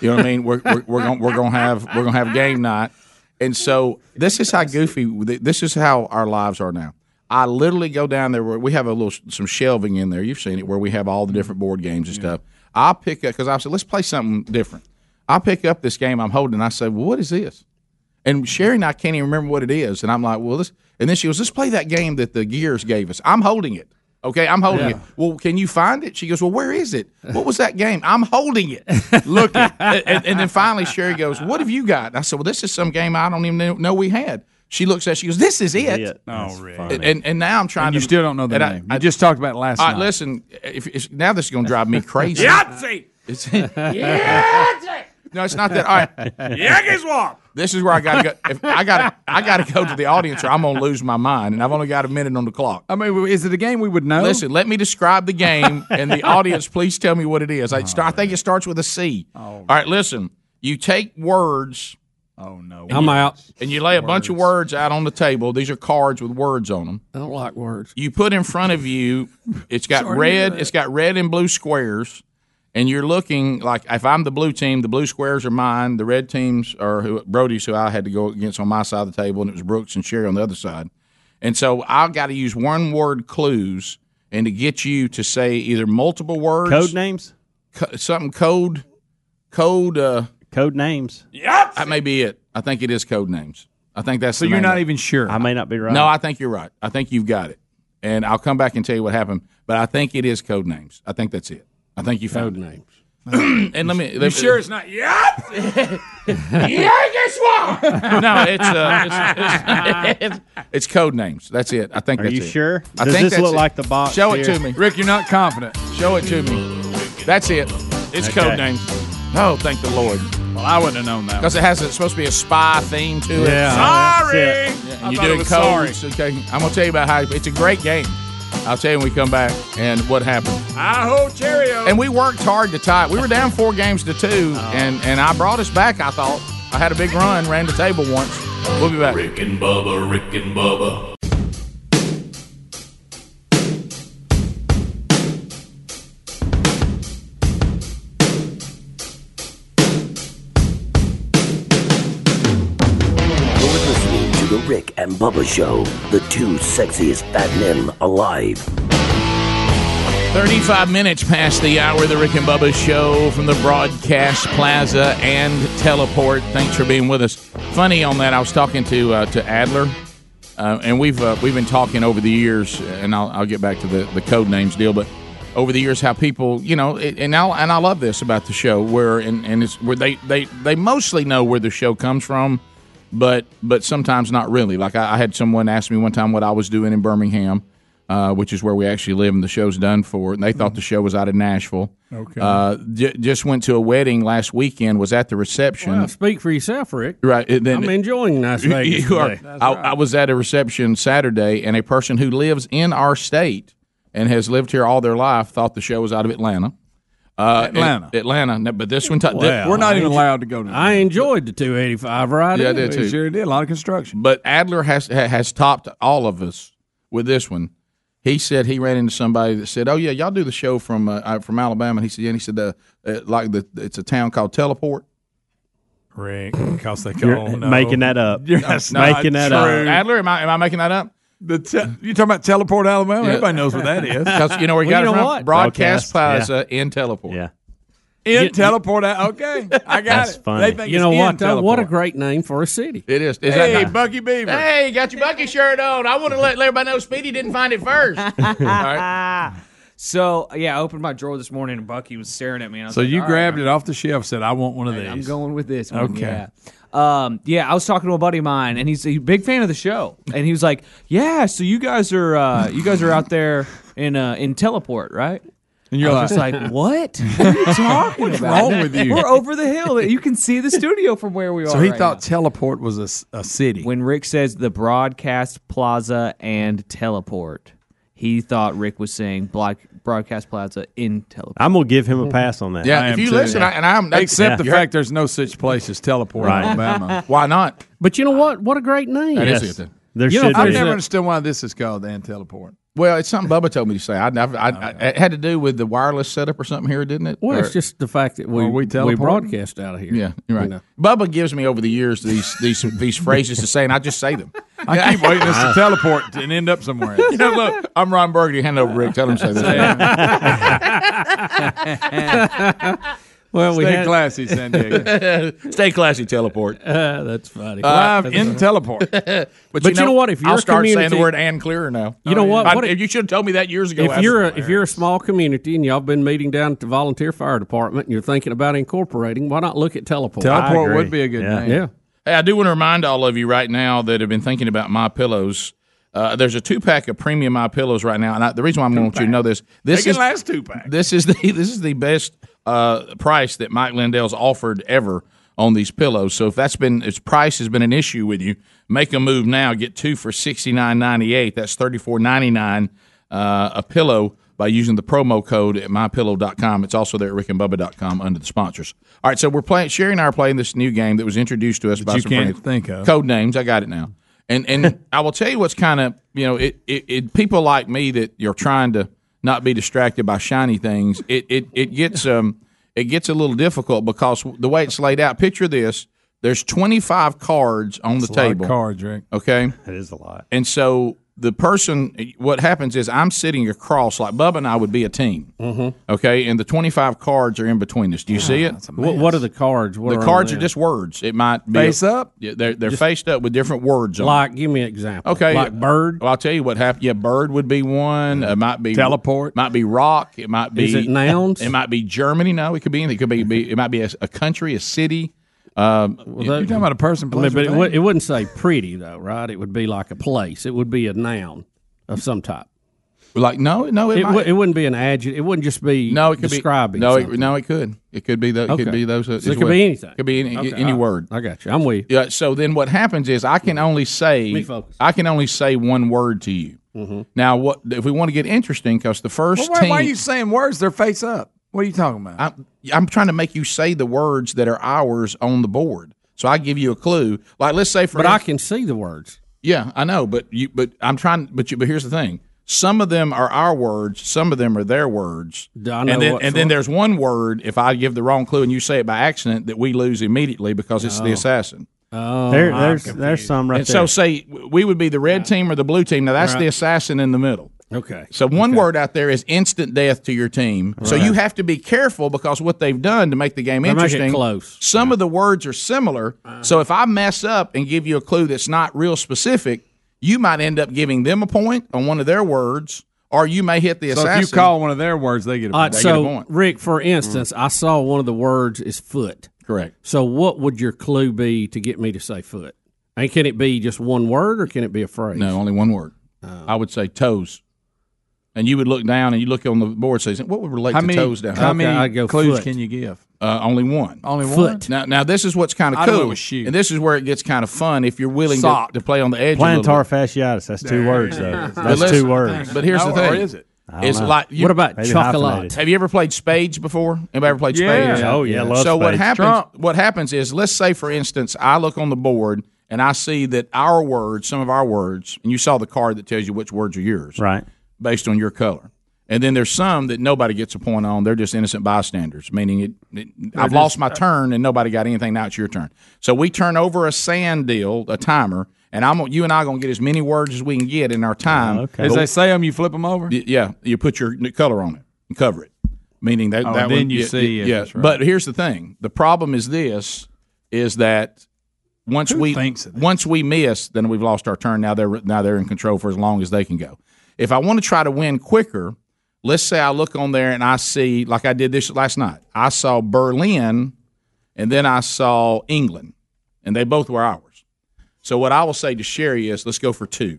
T: You know what I mean? We're we're, we're going we're going to have we're going to have game night, and so this is how goofy. This is how our lives are now. I literally go down there where we have a little some shelving in there. You've seen it where we have all the different board games and stuff. I pick up because I said let's play something different. I pick up this game I'm holding. and I say, well, what is this? And Sherry and I can't even remember what it is. And I'm like, well, this. And then she goes, let's play that game that the gears gave us. I'm holding it. Okay, I'm holding
H: Yeah.
T: it. Well, can you find it? She goes, well, where is it? What was that game? I'm holding it. Look, it. And, and then finally Sherry goes, what have you got? And I said, well, this is some game I don't even know- know we had. She looks at it, she goes, this is it.
H: Oh, really?
T: And, and, and now I'm trying
H: And
T: to.
H: you still don't know the
T: and I-
H: name. I, you just talked about it last
T: all right,
H: night.
T: listen. If, if, now this is going to drive me crazy.
H: Yahtzee!
T: It's, Yahtzee! No, it's not that. All right.
H: Yankee swap.
T: This is where I gotta go. If I gotta, I gotta go to the audience, or I'm gonna lose my mind, and I've only got a minute on the clock.
H: I mean, is it a game we would know?
T: Listen, let me describe the game, and the audience, please tell me what it is. I,
H: Oh,
T: start, I think it starts with a C. All right, listen. You take words.
H: Oh no,
T: I'm out. And you lay a bunch of words out on the table. These are cards with words on them.
B: I don't like words.
T: You put in front of you. It's got
B: Sorry to hear
T: red.
B: that.
T: It's got red and blue squares. And you're looking like if I'm the blue team, the blue squares are mine. The red teams are who, Brody's, who I had to go against on my side of the table, and it was Brooks and Sherry on the other side. And so I've got to use one word clues and to get you to say either multiple words,
E: Code names?
T: co- something code, code, uh,
E: code names.
T: Yep, that may be it. I think it is code names. I think that's.
E: So
T: the
E: you're
T: name
E: not
T: of it.
E: even sure. I may not be right.
T: No, I think you're right. I think you've got it. And I'll come back and tell you what happened. But I think it is code names. I think that's it. I think you found code names. and let me.
H: You
T: let me-
H: sure it's not? Yahtzee! Yankee swap.
T: no, it's, uh, it's, it's, it's code names. That's it. I think
E: Are
T: that's
E: you
T: it.
E: sure?
T: I
E: Does
T: think
E: this
T: that's
E: look
T: it.
E: like the box
T: Show it
E: here?
T: to me, Rick.
H: You're not confident.
T: Show it to me. That's it. It's
H: Okay.
T: code names. Oh, thank the Lord.
H: Well, I wouldn't have known that.
T: Because it has a, it's supposed to be a spy theme to it.
H: Yeah. Sorry. That's it.
T: Yeah,
H: I
T: and you're
H: thought it
T: doing
H: was
T: codes. Okay, I'm gonna tell you about how it's a great game. I'll tell you when we come back and what happened.
H: I hope Cheerio.
T: And we worked hard to tie. it. We were down four games to two, and and I brought us back. I thought I had a big run, ran the table once. We'll be back.
D: Rick and Bubba, Rick and Bubba.
I: You're listening to The Rick and Bubba Show, the two sexiest fat men alive.
T: 35 minutes past the hour of the Rick and Bubba show from the broadcast plaza and teleport. Thanks for being with us. Funny on that, I was talking to uh, to Adler, uh, and we've uh, we've been talking over the years, and I'll, I'll get back to the, the code names deal, but over the years how people you know it, and I and I love this about the show where and, and it's where they, they they mostly know where the show comes from, but but sometimes not really. Like I, I had someone ask me one time what I was doing in Birmingham. Uh, which is where we actually live, and the show's done for. And they thought the show was out of Nashville.
B: Mm-hmm. Okay.
T: Uh, j- just went to a wedding last weekend. Was at the reception.
B: Well, speak for yourself, Rick.
T: Right. and then-
B: I'm enjoying Las Vegas.
T: You are-
B: today.
T: I, I was at a reception Saturday, and a person who lives in our state and has lived here all their life thought the show was out of Atlanta. Uh, and-
H: Atlanta.
T: Atlanta. No, But this one, ti-
H: Well, we're not even allowed to go to.
B: I enjoyed the 285 ride.
T: Yeah, I
B: in.
T: did too.
H: Sure did a lot of construction.
T: But Adler has ha- has topped all of us with this one. He said he ran into somebody that said, "Oh yeah, y'all do the show from uh, uh, from Alabama." And he said, "Yeah." And he said, uh, uh, "Like the it's a town called Teleport."
H: Rick, because they
E: You're
H: call no.
E: making that up.
H: You're that's
E: No, making
H: not
E: that up.
H: true.
T: Adler, am I am I making that up?
H: The te- you talking about teleport Alabama?
T: Yeah.
H: Oh, Everybody knows what that is.
T: Because you know where he
H: Well,
T: got
H: you
T: it
H: know
T: from?
H: what?
T: Broadcast,
H: Broadcast,
T: Plaza in Teleport. Yeah.
H: In teleport. Al- Okay, I got
T: That's
H: it.
T: funny.
H: They think
B: You
H: it's
B: know
H: in
B: what? Though?
H: Teleport.
B: What a great name for a city.
T: It is. Is
H: hey,
T: that not-
H: Bucky Beaver.
T: Hey, got your Bucky shirt on. I want to let everybody know Speedy didn't find it first. All right.
F: So yeah, I opened my drawer this morning and Bucky was staring at me. And I was
H: So
F: like,
H: you
F: "All right,
H: grabbed it off the shelf. Said, "I want one of these."
F: I'm going with this. One,
H: Okay.
F: Yeah. Um, yeah, I was talking to a buddy of mine, and he's a big fan of the show, and he was like, "Yeah, so you guys are uh, you guys are out there in uh, in teleport, right?"
H: And you're
F: I was
H: like-
F: just like, "What? What are you talking
H: What's
F: about?
H: wrong with you?"
F: We're over the hill. You can see the studio from where we are."
H: So he
F: right
H: thought teleport was a, s- a city.
F: When Rick says the broadcast plaza and teleport, he thought Rick was saying block, broadcast plaza in teleport.
E: I'm gonna give him a pass on that.
T: Yeah, if you listen, I, and I'm
H: Except the
T: you're-
H: fact there's no such place as teleport
E: Right.
H: in Alabama.
T: Why not?
B: But you know what? What a great name.
H: That
E: Yes.
H: is it, then.
E: There
H: you know,
E: should
H: I've
E: be.
H: never understood why this is called and teleport.
T: Well, it's something Bubba told me to say. I, never- I, I, it had to do with the wireless setup or something here, didn't it?
B: Oh, Well, it's
T: Or-
B: just the fact that we
T: Are we
B: we,
T: teleporting?
B: broadcast out of here.
T: Yeah, you're right.
B: You know.
T: Bubba gives me over the years these these these phrases to say, and I just say them.
H: I keep waiting us to teleport and end up somewhere.
T: You know, look, I'm Ron Burgundy. Hand over Rick. Tell him to say that.
B: Well, we
T: Stay
B: had-
T: classy, San Diego. Stay classy, teleport.
B: Uh, that's funny.
T: Live
B: That's
T: in
B: funny.
T: teleport. but,
B: But you know what? If
T: I'll
B: your
T: start saying the
B: community-
T: word "and" clearer now. Oh,
B: You know what?
T: I-
B: What if-
T: you should have told me that years ago.
B: If you're a, if you're a small community and y'all been meeting down at the volunteer fire department and you're thinking about incorporating, why not look at teleport? yeah. Yeah.
T: Hey, I do want to remind all of you right now that have been thinking about my pillows. Uh, there's a two pack of premium my pillows right now, and I, the reason why I want you to know this
H: This
T: this
H: they
T: is
H: can last two packs.
T: this is the this is the best uh, price that Mike Lindell's offered ever on these pillows. So if that's been if price has been an issue with you, make a move now. Get two for sixty nine ninety eight. That's thirty four ninety nine uh, a pillow by using the promo code at mypillow.com. It's also there at rickandbubba.com under the sponsors. All right, so we're playing. Sherry and I are playing this new game that was introduced to us by
H: you
T: some
H: can't
T: friends.
H: think of.
T: code names. I got it now. And and I will tell you what's kind of you know it, it it people like me that you're trying to not be distracted by shiny things. It it it gets um it gets a little difficult because the way it's laid out. Picture this: there's 25 cards on the
H: It's a lot of
T: table.
H: cards, Rick.
T: Okay,
H: That is a lot.
T: and so the person, what happens is I'm sitting across, like Bubba and I would be a team.
B: Mm-hmm.
T: Okay, and the 25 cards are in between us. Do you see it?
B: What, what are the cards? What
T: the
B: on
T: cards are
B: there?
T: just words. It might be
B: Face up?
T: Yeah, they're they're faced up with different words on.
B: like. Give me an example.
T: Okay,
B: like bird.
T: Well, I'll tell you what happened. Yeah, bird would be one. It might be
H: Teleport.
T: Might be rock. It might be
B: Is it nouns?
T: It might be Germany. No, it could be anything. It could be, be it might be a, a country, a city. Um,
B: that- You're talking about a
H: person,
B: I mean, but it, would, it wouldn't say pretty though, right? It would be like a place. It would be a noun of some type.
T: Like no, no, it
B: it,
T: might-
B: wou- it wouldn't be an adjective. It wouldn't just be
T: No, it could
B: describing.
T: be. No, it,
B: something.
T: no, it could. It could be those. It
B: Okay.
T: could be those. uh,
B: So it
T: as
B: could
T: well.
B: be anything.
T: Could be any,
B: Okay,
T: any
B: I-
T: word.
B: I got you. I'm with you.
T: Yeah. So then, what happens is I can only
B: Me
T: say
B: focus. Mm-hmm.
T: I can only say one word to you. Now, what if we want to get interesting? Because the first
H: Well, why,
T: team,
H: why are you saying words? They're face up. What are you talking about?
T: I'm, I'm trying to make you say the words that are ours on the board. So I give you a clue. Like let's say for
B: But I can see the words.
T: Yeah, I know, but you but I'm trying but you but here's the thing. Some of them are our words, some of them are their words.
B: know
T: and then
B: what
T: and then
B: sort.
T: there's one word if I give the wrong clue and you say it by accident that we lose immediately because it's the
E: Oh.
T: assassin.
B: Oh,
E: There- I'm there's- confused. there's some right
T: and
E: there.
T: So say w- we would be the red team or the blue team. Now that's
E: Right.
T: the assassin in the middle.
B: Okay.
T: So one word out there is instant death to your team. So
B: Right.
T: you have to be careful because what they've done to make the game
B: They make it
T: interesting.
B: close.
T: Some of the words are similar. So if I mess up and give you a clue that's not real specific, you might end up giving them a point on one of their words, or you may hit the
H: so
T: assassin.
H: if you call one of their words, they get a
B: All right,
H: point.
B: so Rick, for
E: Mm-hmm.
B: instance, I saw one of the words is foot.
T: Correct.
B: So what would your clue be to get me to say foot? And can it be just one word or can it be a phrase?
T: no, only one word.
H: Oh.
T: I would say toes. And you would look down and you look on the board and say, what would relate
H: how
T: to
H: many,
T: toes down
H: how
T: here?"
H: many clues can you give?
T: Uh, only one.
H: Only Foot. one?
T: Now, now this is what's kind of
H: I'd have
T: cool,
H: went with shoe.
T: and this is where it gets kind of fun if you're willing to,
H: Sock.
T: to play on the edge. a little
E: Plantar
T: bit.
E: fasciitis. That's two words, though.
T: But
E: That's
T: listen-
E: two words.
T: But here's the
H: No, or
T: thing:
H: is it?
E: I don't
T: It's
E: know.
T: like
E: What about Maybe chocolate? hyphenated.
T: Have you ever played spades before? Anybody ever played
E: Yeah.
T: spades?
E: Oh, yeah, love
T: so what
E: spades.
T: happens?
E: Trump.
T: What happens is, let's say for instance, I look on the board and I see that our words, some of our words, and you saw the card that tells you which words are yours,
E: right?
T: Based on your color. And then there's some that nobody gets a point on. They're just innocent bystanders, meaning it. it I've
E: just-
T: lost my turn and nobody got anything. Now it's your turn. So we turn over a sand deal, a timer, and I'm you and I gonna get as many words as we can get in our time.
H: As
T: Oh, But-
H: they say them, you flip them over.
T: Y- Yeah, you put your n- color on it and cover it. Meaning that,
H: Oh,
T: that
H: and then
T: one-
H: you
T: yeah,
H: see
T: yeah.
H: if
T: yeah.
H: it's right.
T: But here's the thing: the problem is this is that once
H: Who
T: we
H: thinks of
T: once we miss, then we've lost our turn. Now they're now they're in control for as long as they can go. If I want to try to win quicker, let's say I look on there and I see like I did this last night. I saw Berlin, and then I saw England, and they both were ours. So what I will say to Sherry is, let's go for two.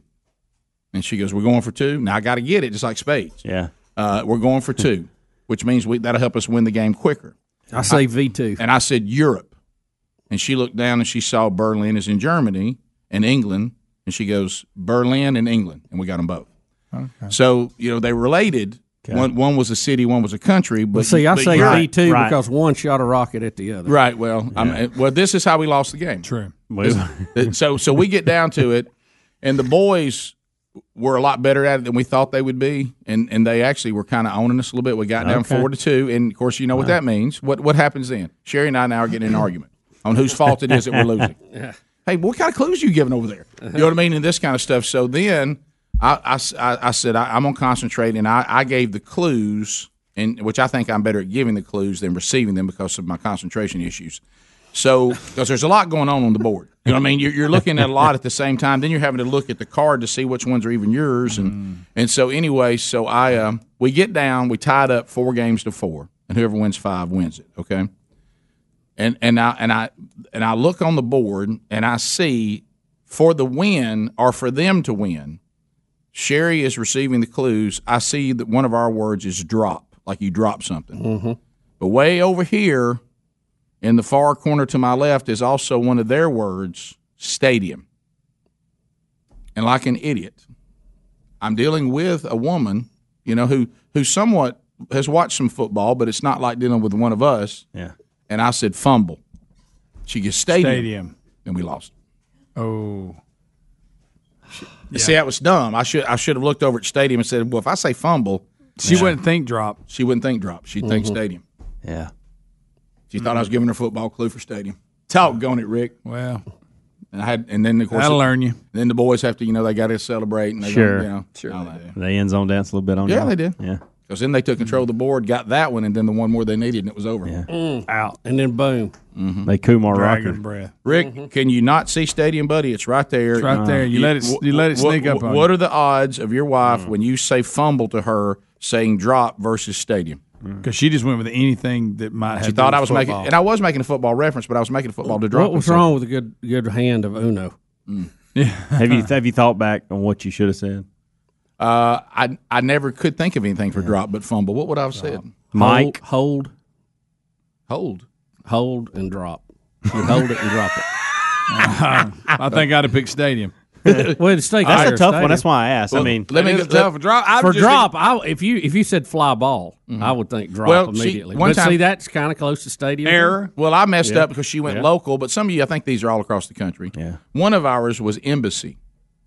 T: And she goes, "We're going for two. Now I got to get it, just like spades.
E: Yeah,
T: uh, we're going for two, which means we, that'll help us win the game quicker."
B: I say V two.
T: And I said Europe, and she looked down and she saw Berlin is in Germany and England, and she goes Berlin and England, and we got them both. So you know they related. One one was a city, one was a country. But
B: Well, see, I
T: but
B: say
T: Europe-
B: V two because one shot a rocket at the other.
T: Right. Well, I mean, well, this is how we lost the game. True. so, so we get down to it, and the boys were a lot better at it than we thought they would be, and and they actually were kind of owning us a little bit. We got down
H: Okay.
T: four to two, and of course, you know what that means. What what happens then? Sherry and I now are getting in an argument on whose fault it is that we're losing. Hey, what kind of clues are you giving over there?
B: Uh-huh.
T: You know what I mean? And this kind of stuff. So then I, I s- I- I said, I, I'm going to concentrate, and I, I gave the clues, and which I think I'm better at giving the clues than receiving them because of my concentration issues. So, because there's a lot going on on the board. You know what I mean? You're, you're looking at a lot at the same time. Then you're having to look at the card to see which ones are even yours. And, and so, anyway, so I um, we get down, we tied up four games to four, and whoever wins five wins it. Okay and and I and I and I look on the board and I see for the win or for them to win, Sherry is receiving the clues. I see that one of our words is drop, like you drop something. But way over here, in the far corner to my left, is also one of their words, stadium. And like an idiot, I'm dealing with a woman, you know, who who somewhat has watched some football, but it's not like dealing with one of us.
H: Yeah.
T: And I said fumble. She gets stadium.
H: Stadium.
T: And we lost.
H: Oh.
T: See, that was dumb. I should I should have looked over at stadium and said, "Well, if I say fumble,
H: She wouldn't think drop.
T: She wouldn't think drop. She'd think
H: Mhm.
T: stadium."
E: Yeah.
T: She thought I
H: Mm-hmm.
T: was giving her football clue for stadium. Talk on it, Rick.
H: Well,
T: and I had, and then of course
H: That'll learn you.
T: Then the boys have to, you know, they got to celebrate and they
E: Sure.
T: sure, you know, sure.
E: They end zone dance a little bit on
T: Yeah,
E: y'all.
T: they did.
E: Yeah.
T: Because then they took control of the board, got that one, and then the one more they needed, and it was over.
B: Mm. Out and then boom.
T: Mm-hmm.
B: Mm-hmm.
E: They Kumar
T: Dragon
E: Rocker.
H: breath.
T: Rick, can you not see Stadium Buddy? It's right there.
H: It's right Uh, there. You let it- you let it
T: what-
H: sneak up
T: What,
H: on
T: what
H: you.
T: are the odds of your wife
B: Mm.
T: when you say fumble to her saying drop versus Stadium?
B: Mm.
H: Because she just went with anything that might have.
T: She thought
H: been
T: I was making,
H: football.
T: and I was making a football reference, but I was making a football to drop.
B: What was
T: and say-
B: wrong with a good good hand of Uno?
E: have you have you thought back on what you should have said?
T: Uh, I I never could think of anything for drop but fumble. What would I have said?
E: Mike?
B: hold,
T: hold,
B: hold, and drop. You hold it and drop it.
H: I think I'd have picked stadium.
B: well, it's like
E: That's a
B: higher
E: tough one.
B: stadium.
E: That's why I asked. I Well, mean- let
H: me
B: It is
H: get- let-
B: for drop. I
H: I'm
B: for
H: just-
B: drop, I, if you if you said fly ball, I would think drop
T: Well, see,
B: immediately.
T: one
B: but
T: time-
B: see, that's kind of close to stadium.
T: Well, I messed up because she went
B: Yeah.
T: local, but some of you, I think these are all across the country. Yeah. One of ours was embassy.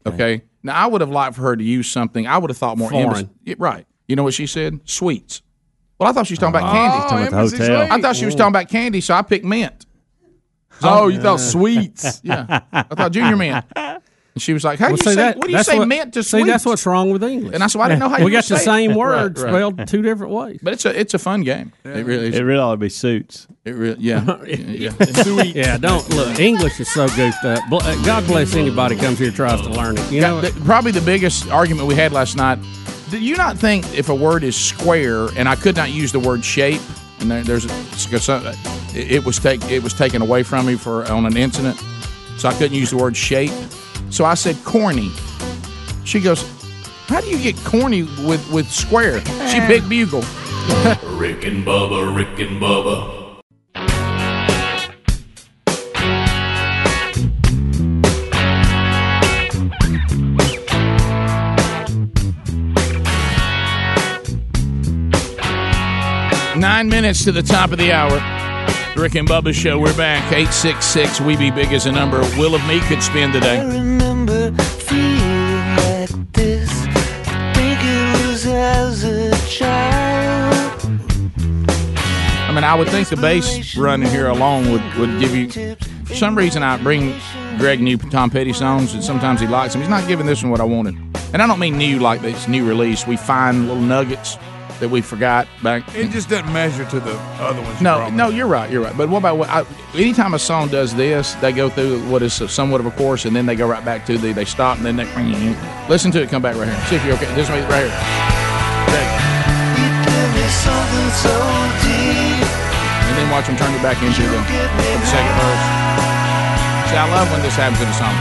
T: Okay. Now I would have liked for her to use something. I would have thought more
H: Foreign.
T: embassy. Yeah, right. You know what she said? Sweets. Well, I thought she was talking
B: Oh,
T: about candy.
H: Talking about the Oh, embassy hotel.
T: I thought she was
H: sweet.
T: talking about candy, so I picked mint.
H: Oh, you thought sweets.
T: yeah. I thought junior mint. And she was like, "How do
B: Well,
T: you
B: see,
T: say?
B: that-
T: what do you
B: that's
T: say
B: what-
T: mint to
B: see,
T: sweets?"
B: that's what's wrong with English.
T: And I said, "Well, I didn't know how
B: we
T: you
B: got the
T: say it."
B: same
T: Right,
B: word
T: right.
B: spelled two different ways.
T: But it's a it's a fun game. It really is.
E: It really ought to be suits.
T: It really, yeah. yeah.
B: yeah, don't look. English is so goofed up. Bl- uh, God bless anybody comes here tries to learn it. You know,
T: Got- th- probably the biggest argument we had last night. Do you not think if a word is square, and I could not use the word shape, and there, there's it's got some- it it was take it was taken away from me for on an incident, so I couldn't use the word shape. So I said corny. She goes, "How do you get corny with with square?" She picked bugle.
D: Rick and Bubba, Rick and Bubba.
T: Nine minutes to the top of the hour. The Rick and Bubba Show. We're back. Eight six six. We be big as a number. Will of me could spin today.
C: remember feeling like this. Big as as a child.
T: I mean, I would think the bass run here alone would, would give you. For some reason, I bring Greg new Tom Petty songs, and sometimes he likes them. He's not giving this one what I wanted. And I don't mean new like it's new release. We find little nuggets that we forgot back.
H: It just doesn't measure to the other ones. you
T: No,
H: brought.
T: no, you're right, you're right. But what about what? I, anytime a song does this, they go through what is somewhat of a course, and then they go right back to the. They stop, and then they listen to it. Come back right here. See if you're okay. This way, right here.
C: Give me something so deep.
T: and then watch them turn it back into the, the second verse. See, I love when this happens in a song.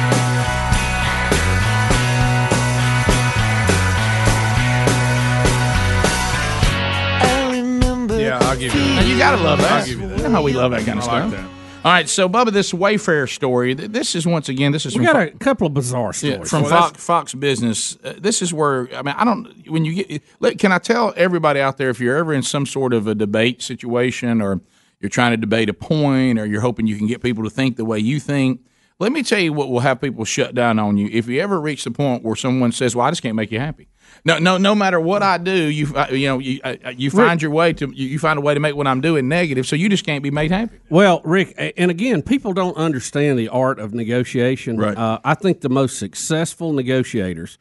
H: Yeah, I'll give you.
T: Now, you gotta love that.
H: I'll give you that.
T: You know how we love that kind of
H: I like
T: stuff. All right, so Bubba, this Wayfair story. th- This is once again. This is
B: we
T: from
B: got
T: Fo-
B: a couple of bizarre stories
T: yeah, from Fox, Fox Business. Uh, this is where I mean I don't when you get. Look, can I tell everybody out there if you're ever in some sort of a debate situation or you're trying to debate a point or you're hoping you can get people to think the way you think. Let me tell you what will have people shut down on you if you ever reach the point where someone says, "Well, I just can't make you happy." No, no, no matter what I do, you uh, you know you uh, uh, you find your way to you you find a way to make what I'm doing negative, so you just can't be made happy.
B: Well, Rick, a- and again, people don't understand the art of negotiation. Right. Uh, I think the most successful negotiators,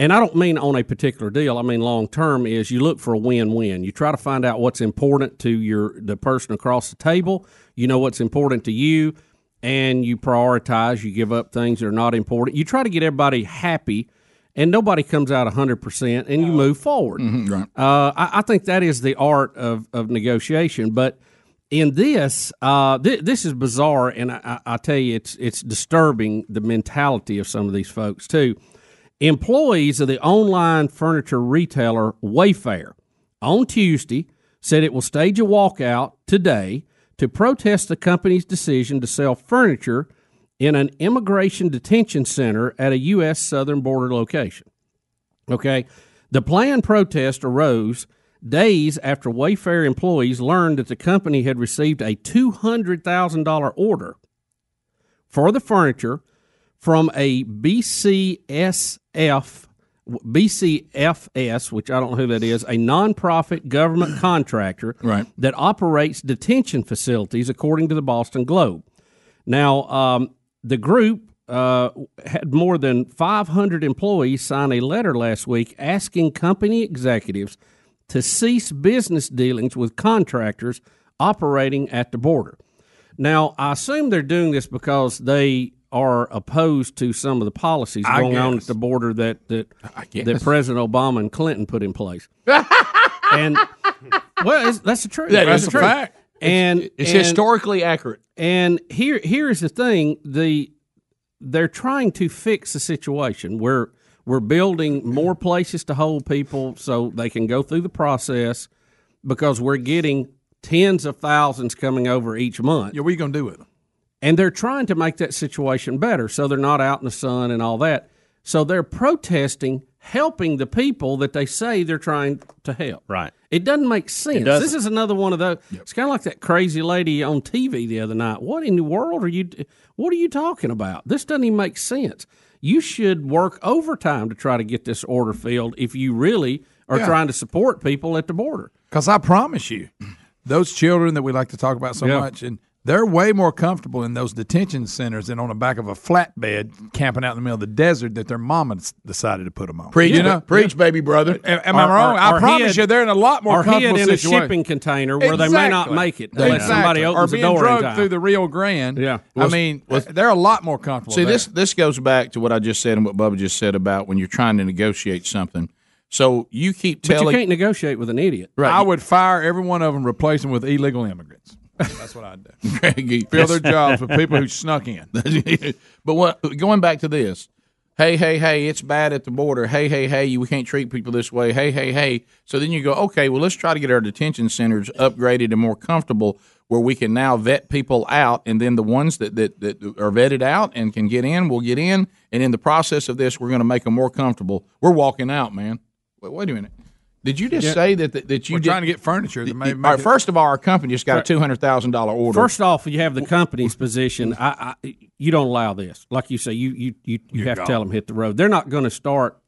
B: and I don't mean on a particular deal, I mean long term, is you look for a win-win. You try to find out what's important to your the person across the table. You know what's important to you, and you prioritize. You give up things that are not important. You try to get everybody happy. And nobody comes out 100%, and you move forward.
T: right.
B: Uh, I, I think that is the art of, of negotiation. But in this, uh, thi- this is bizarre, and I, I I tell you, it's it's disturbing the mentality of some of these folks too. Employees of the online furniture retailer Wayfair on Tuesday said it will stage a walkout today to protest the company's decision to sell furniture in an immigration detention center at a U.S. southern border location. Okay. The planned protest arose days after Wayfair employees learned that the company had received a $200,000 order for the furniture from a BCSF, BCFS, which I don't know who that is, a nonprofit government contractor
T: Right.
B: that operates detention facilities, according to the Boston Globe. Now, um, the group uh, had more than 500 employees sign a letter last week asking company executives to cease business dealings with contractors operating at the border. Now, I assume they're doing this because they are opposed to some of the policies
T: I
B: going on at
T: guess.
B: the border that that, that
T: guess.
B: President Obama and Clinton put in place. and well, it's, that's the truth.
T: That
B: That's
T: is
B: the
T: a
B: truth.
T: fact.
B: And
T: It's
B: and-
T: historically accurate.
B: and here here is the thing the they're trying to fix the situation where we're building more places to hold people so they can go through the process because we're getting tens of thousands coming over each month. Yeah,
H: what are you going to do with them?
B: And they're trying to make that situation better so they're not out in the sun and all that. So they're protesting helping the people that they say they're trying to help. Right. It doesn't make sense.
E: doesn't.
B: This is another one of those. It's kind of like that crazy lady on TV the other night. What in the world are you? What are you talking about? This doesn't even make sense. You should work overtime to try to get this order filled if you really are
H: Yeah.
B: trying to support people at the border.
H: Because I promise you, those children that we like to talk about so
B: Yeah.
H: much, and they're way more comfortable in those detention centers than on the back of a flatbed camping out in the middle of the desert that their mama s- decided to put them on.
T: Preach,
H: you know?
T: preach, baby brother.
H: Am, am I wrong? I promise you, they're in a lot more
B: or hid
H: comfortable
B: in a
H: situation.
B: shipping container where they may not
H: Exactly.
B: make it unless somebody
H: Exactly.
B: opens
H: or being
B: the door in
H: drugged
B: time.
H: through the Rio Grande. Yeah, I
T: Was-
H: mean, they're a lot more comfortable.
T: See,
H: there.
T: this this goes back to what I just said and what Bubba just said about when you're trying to negotiate something. So you keep
B: but you
T: telling
B: can't negotiate with an idiot.
T: Right.
H: I would fire every one of them, replace them with illegal immigrants. That's what I'd do.
T: Greg,
H: Fill their jobs with people who snuck in.
T: but what, going back to this, hey, hey, hey, it's bad at the border. Hey, hey, hey, you, we can't treat people this way. Hey, hey, hey. So then you go, okay, well, let's try to get our detention centers upgraded and more comfortable where we can now vet people out. And then the ones that, that, that are vetted out and can get in will get in. And in the process of this, we're going to make them more comfortable. We're walking out, man. Wait, wait a minute. Did you just
H: Yeah.
T: say that that, that you
H: We're
T: did-
H: trying to get furniture that may
T: all
H: make
T: right,
H: it-
T: first of all, our company just got a
B: Right.
T: two hundred thousand dollar order.
B: First off, you have the company's position. I, I you don't allow this. Like you say, you you you, you
T: You're
B: have to
T: gone.
B: tell them hit the road. They're not going to start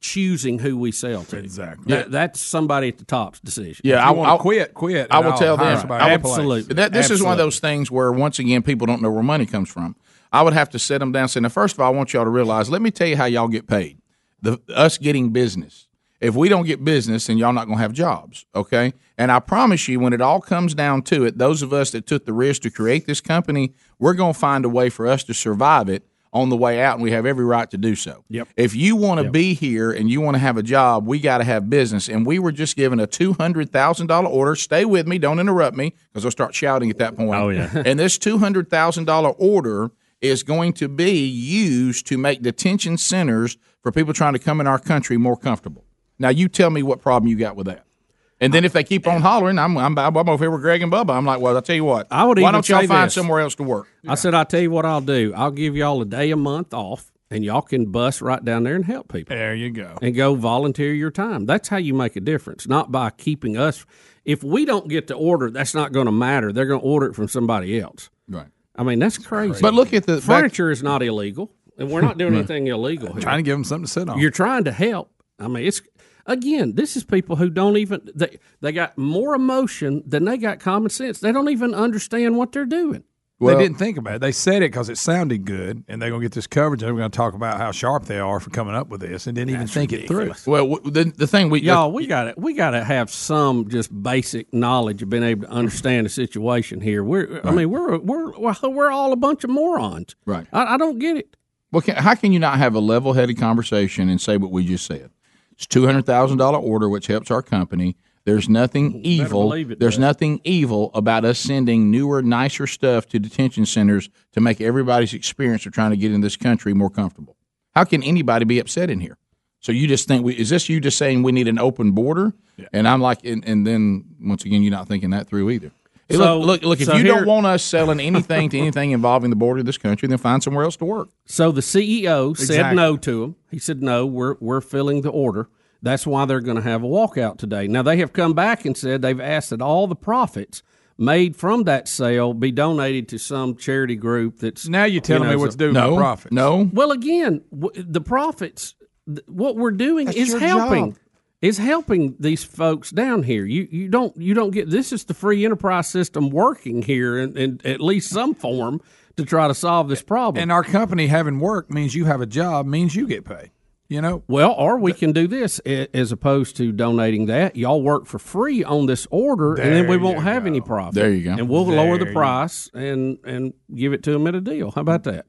B: choosing who we sell to. Exactly. that's somebody at the top's decision.
T: Yeah,
B: If
T: I
B: you wanna
T: will I will tell them. I will-
B: Absolutely.
T: That, this is one of those things where once again people don't know where money comes from. I would have to set them down. and Say, now, first of all, I want y'all to realize. Let me tell you how y'all get paid. The us getting business. If we don't get business, then y'all not gonna have jobs. Okay. And I promise you, when it all comes down to it, those of us that took the risk to create this company, we're gonna find a way for us to survive it on the way out, and we have every right to do so.
B: Yep.
T: If you want to be here and you want to have a job, we got to have business. And we were just given a two hundred thousand dollar order. Stay with me. Don't interrupt me because I'll start shouting at that point. Oh yeah. and this two hundred thousand dollar order is going to be used to make detention centers for people trying to come in our country more comfortable. Now you tell me what problem you got with that. And then if they keep on hollering, I'm I'm, I'm over here with Greg and Bubba. I'm like, well, I'll tell you what.
B: I would
T: Why
B: even
T: don't y'all
B: say
T: find
B: this.
T: somewhere else to work?
B: I said, I'll tell you what I'll do. I'll give y'all a day a month off, and y'all can bus right down there and help people.
H: There you go.
B: And go volunteer your time. That's how you make a difference, not by keeping us. If we don't get the order, that's not going to matter. They're going to order it from somebody else.
T: Right.
B: I mean, that's crazy.
H: But look at the- back-
B: furniture is not illegal, and we're not doing
H: Right.
B: anything illegal. Here.
H: Trying to give them something to sit on.
B: You're trying to help. I mean, it's again, this is people who don't even they they got more emotion than they got common sense. They don't even understand what they're doing.
H: they didn't think about it. They said it because it sounded good, and they're going to get this coverage. and They're going to talk about how sharp they are for coming up with this, and didn't even think it through.
T: Well, the, the thing we
H: uh,
B: y'all we got to we got to have some just basic knowledge of being able to understand the situation here. We're I mean we're we're we're, we're all a bunch of morons.
T: Right.
B: I, I don't get it.
T: Well, can, how can you not have a level-headed conversation and say what we just said? It's two hundred thousand dollar order, which helps our company. There's nothing evil.
B: believe it
T: There's
B: does.
T: nothing evil about us sending newer, nicer stuff to detention centers to make everybody's experience of trying to get in this country more comfortable. How can anybody be upset in here? So you just think we is this you just saying we need an open border? And I'm like, and, and then once again, you're not thinking that through either. Hey,
B: So-
T: look, look, look! If
B: so
T: you
B: here-
T: don't want us selling anything to anything involving the border of this country, then find somewhere else to work.
B: So the CEO said
T: Exactly.
B: no to him. He said, "No, we're we're filling the order. That's why they're going to have a walkout today." Now they have come back and said they've asked that all the profits made from that sale be donated to some charity group. That's now
H: you're telling me what's due with No, the profits.
T: No.
B: Well, again, w- the profits. th- What we're doing
H: That's
B: is
H: your
B: helping.
H: job.
B: Is helping these folks down here. You you don't you don't get this is the free enterprise system working here in, in at least some form to try to solve this problem.
H: And our company having work means you have a job, means you get paid. You know,
B: Well, or we can do this a- as opposed to donating that. Y'all work for free on this order, and then we
H: There
B: won't have any profit.
T: There you go.
B: And we'll lower the
T: There you-
B: price and and give it to them at a deal. How about that?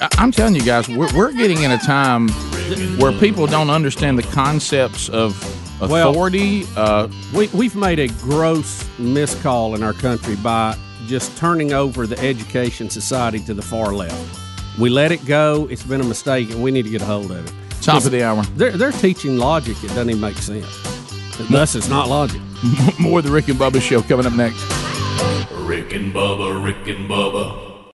T: I- I'm telling you guys, we're, we're getting in a time where people don't understand the concepts of
B: Well-
T: authority. uh,
B: we we've made a gross miscall in our country by just turning over the education society to the far left. We let it go. It's been a mistake, and we need to get a hold of it.
T: Top of the hour.
B: They're, they're teaching logic. It doesn't even make sense. Thus, it's not logic.
T: more of the Rick and Bubba show coming up next.
D: Rick and Bubba, Rick and Bubba.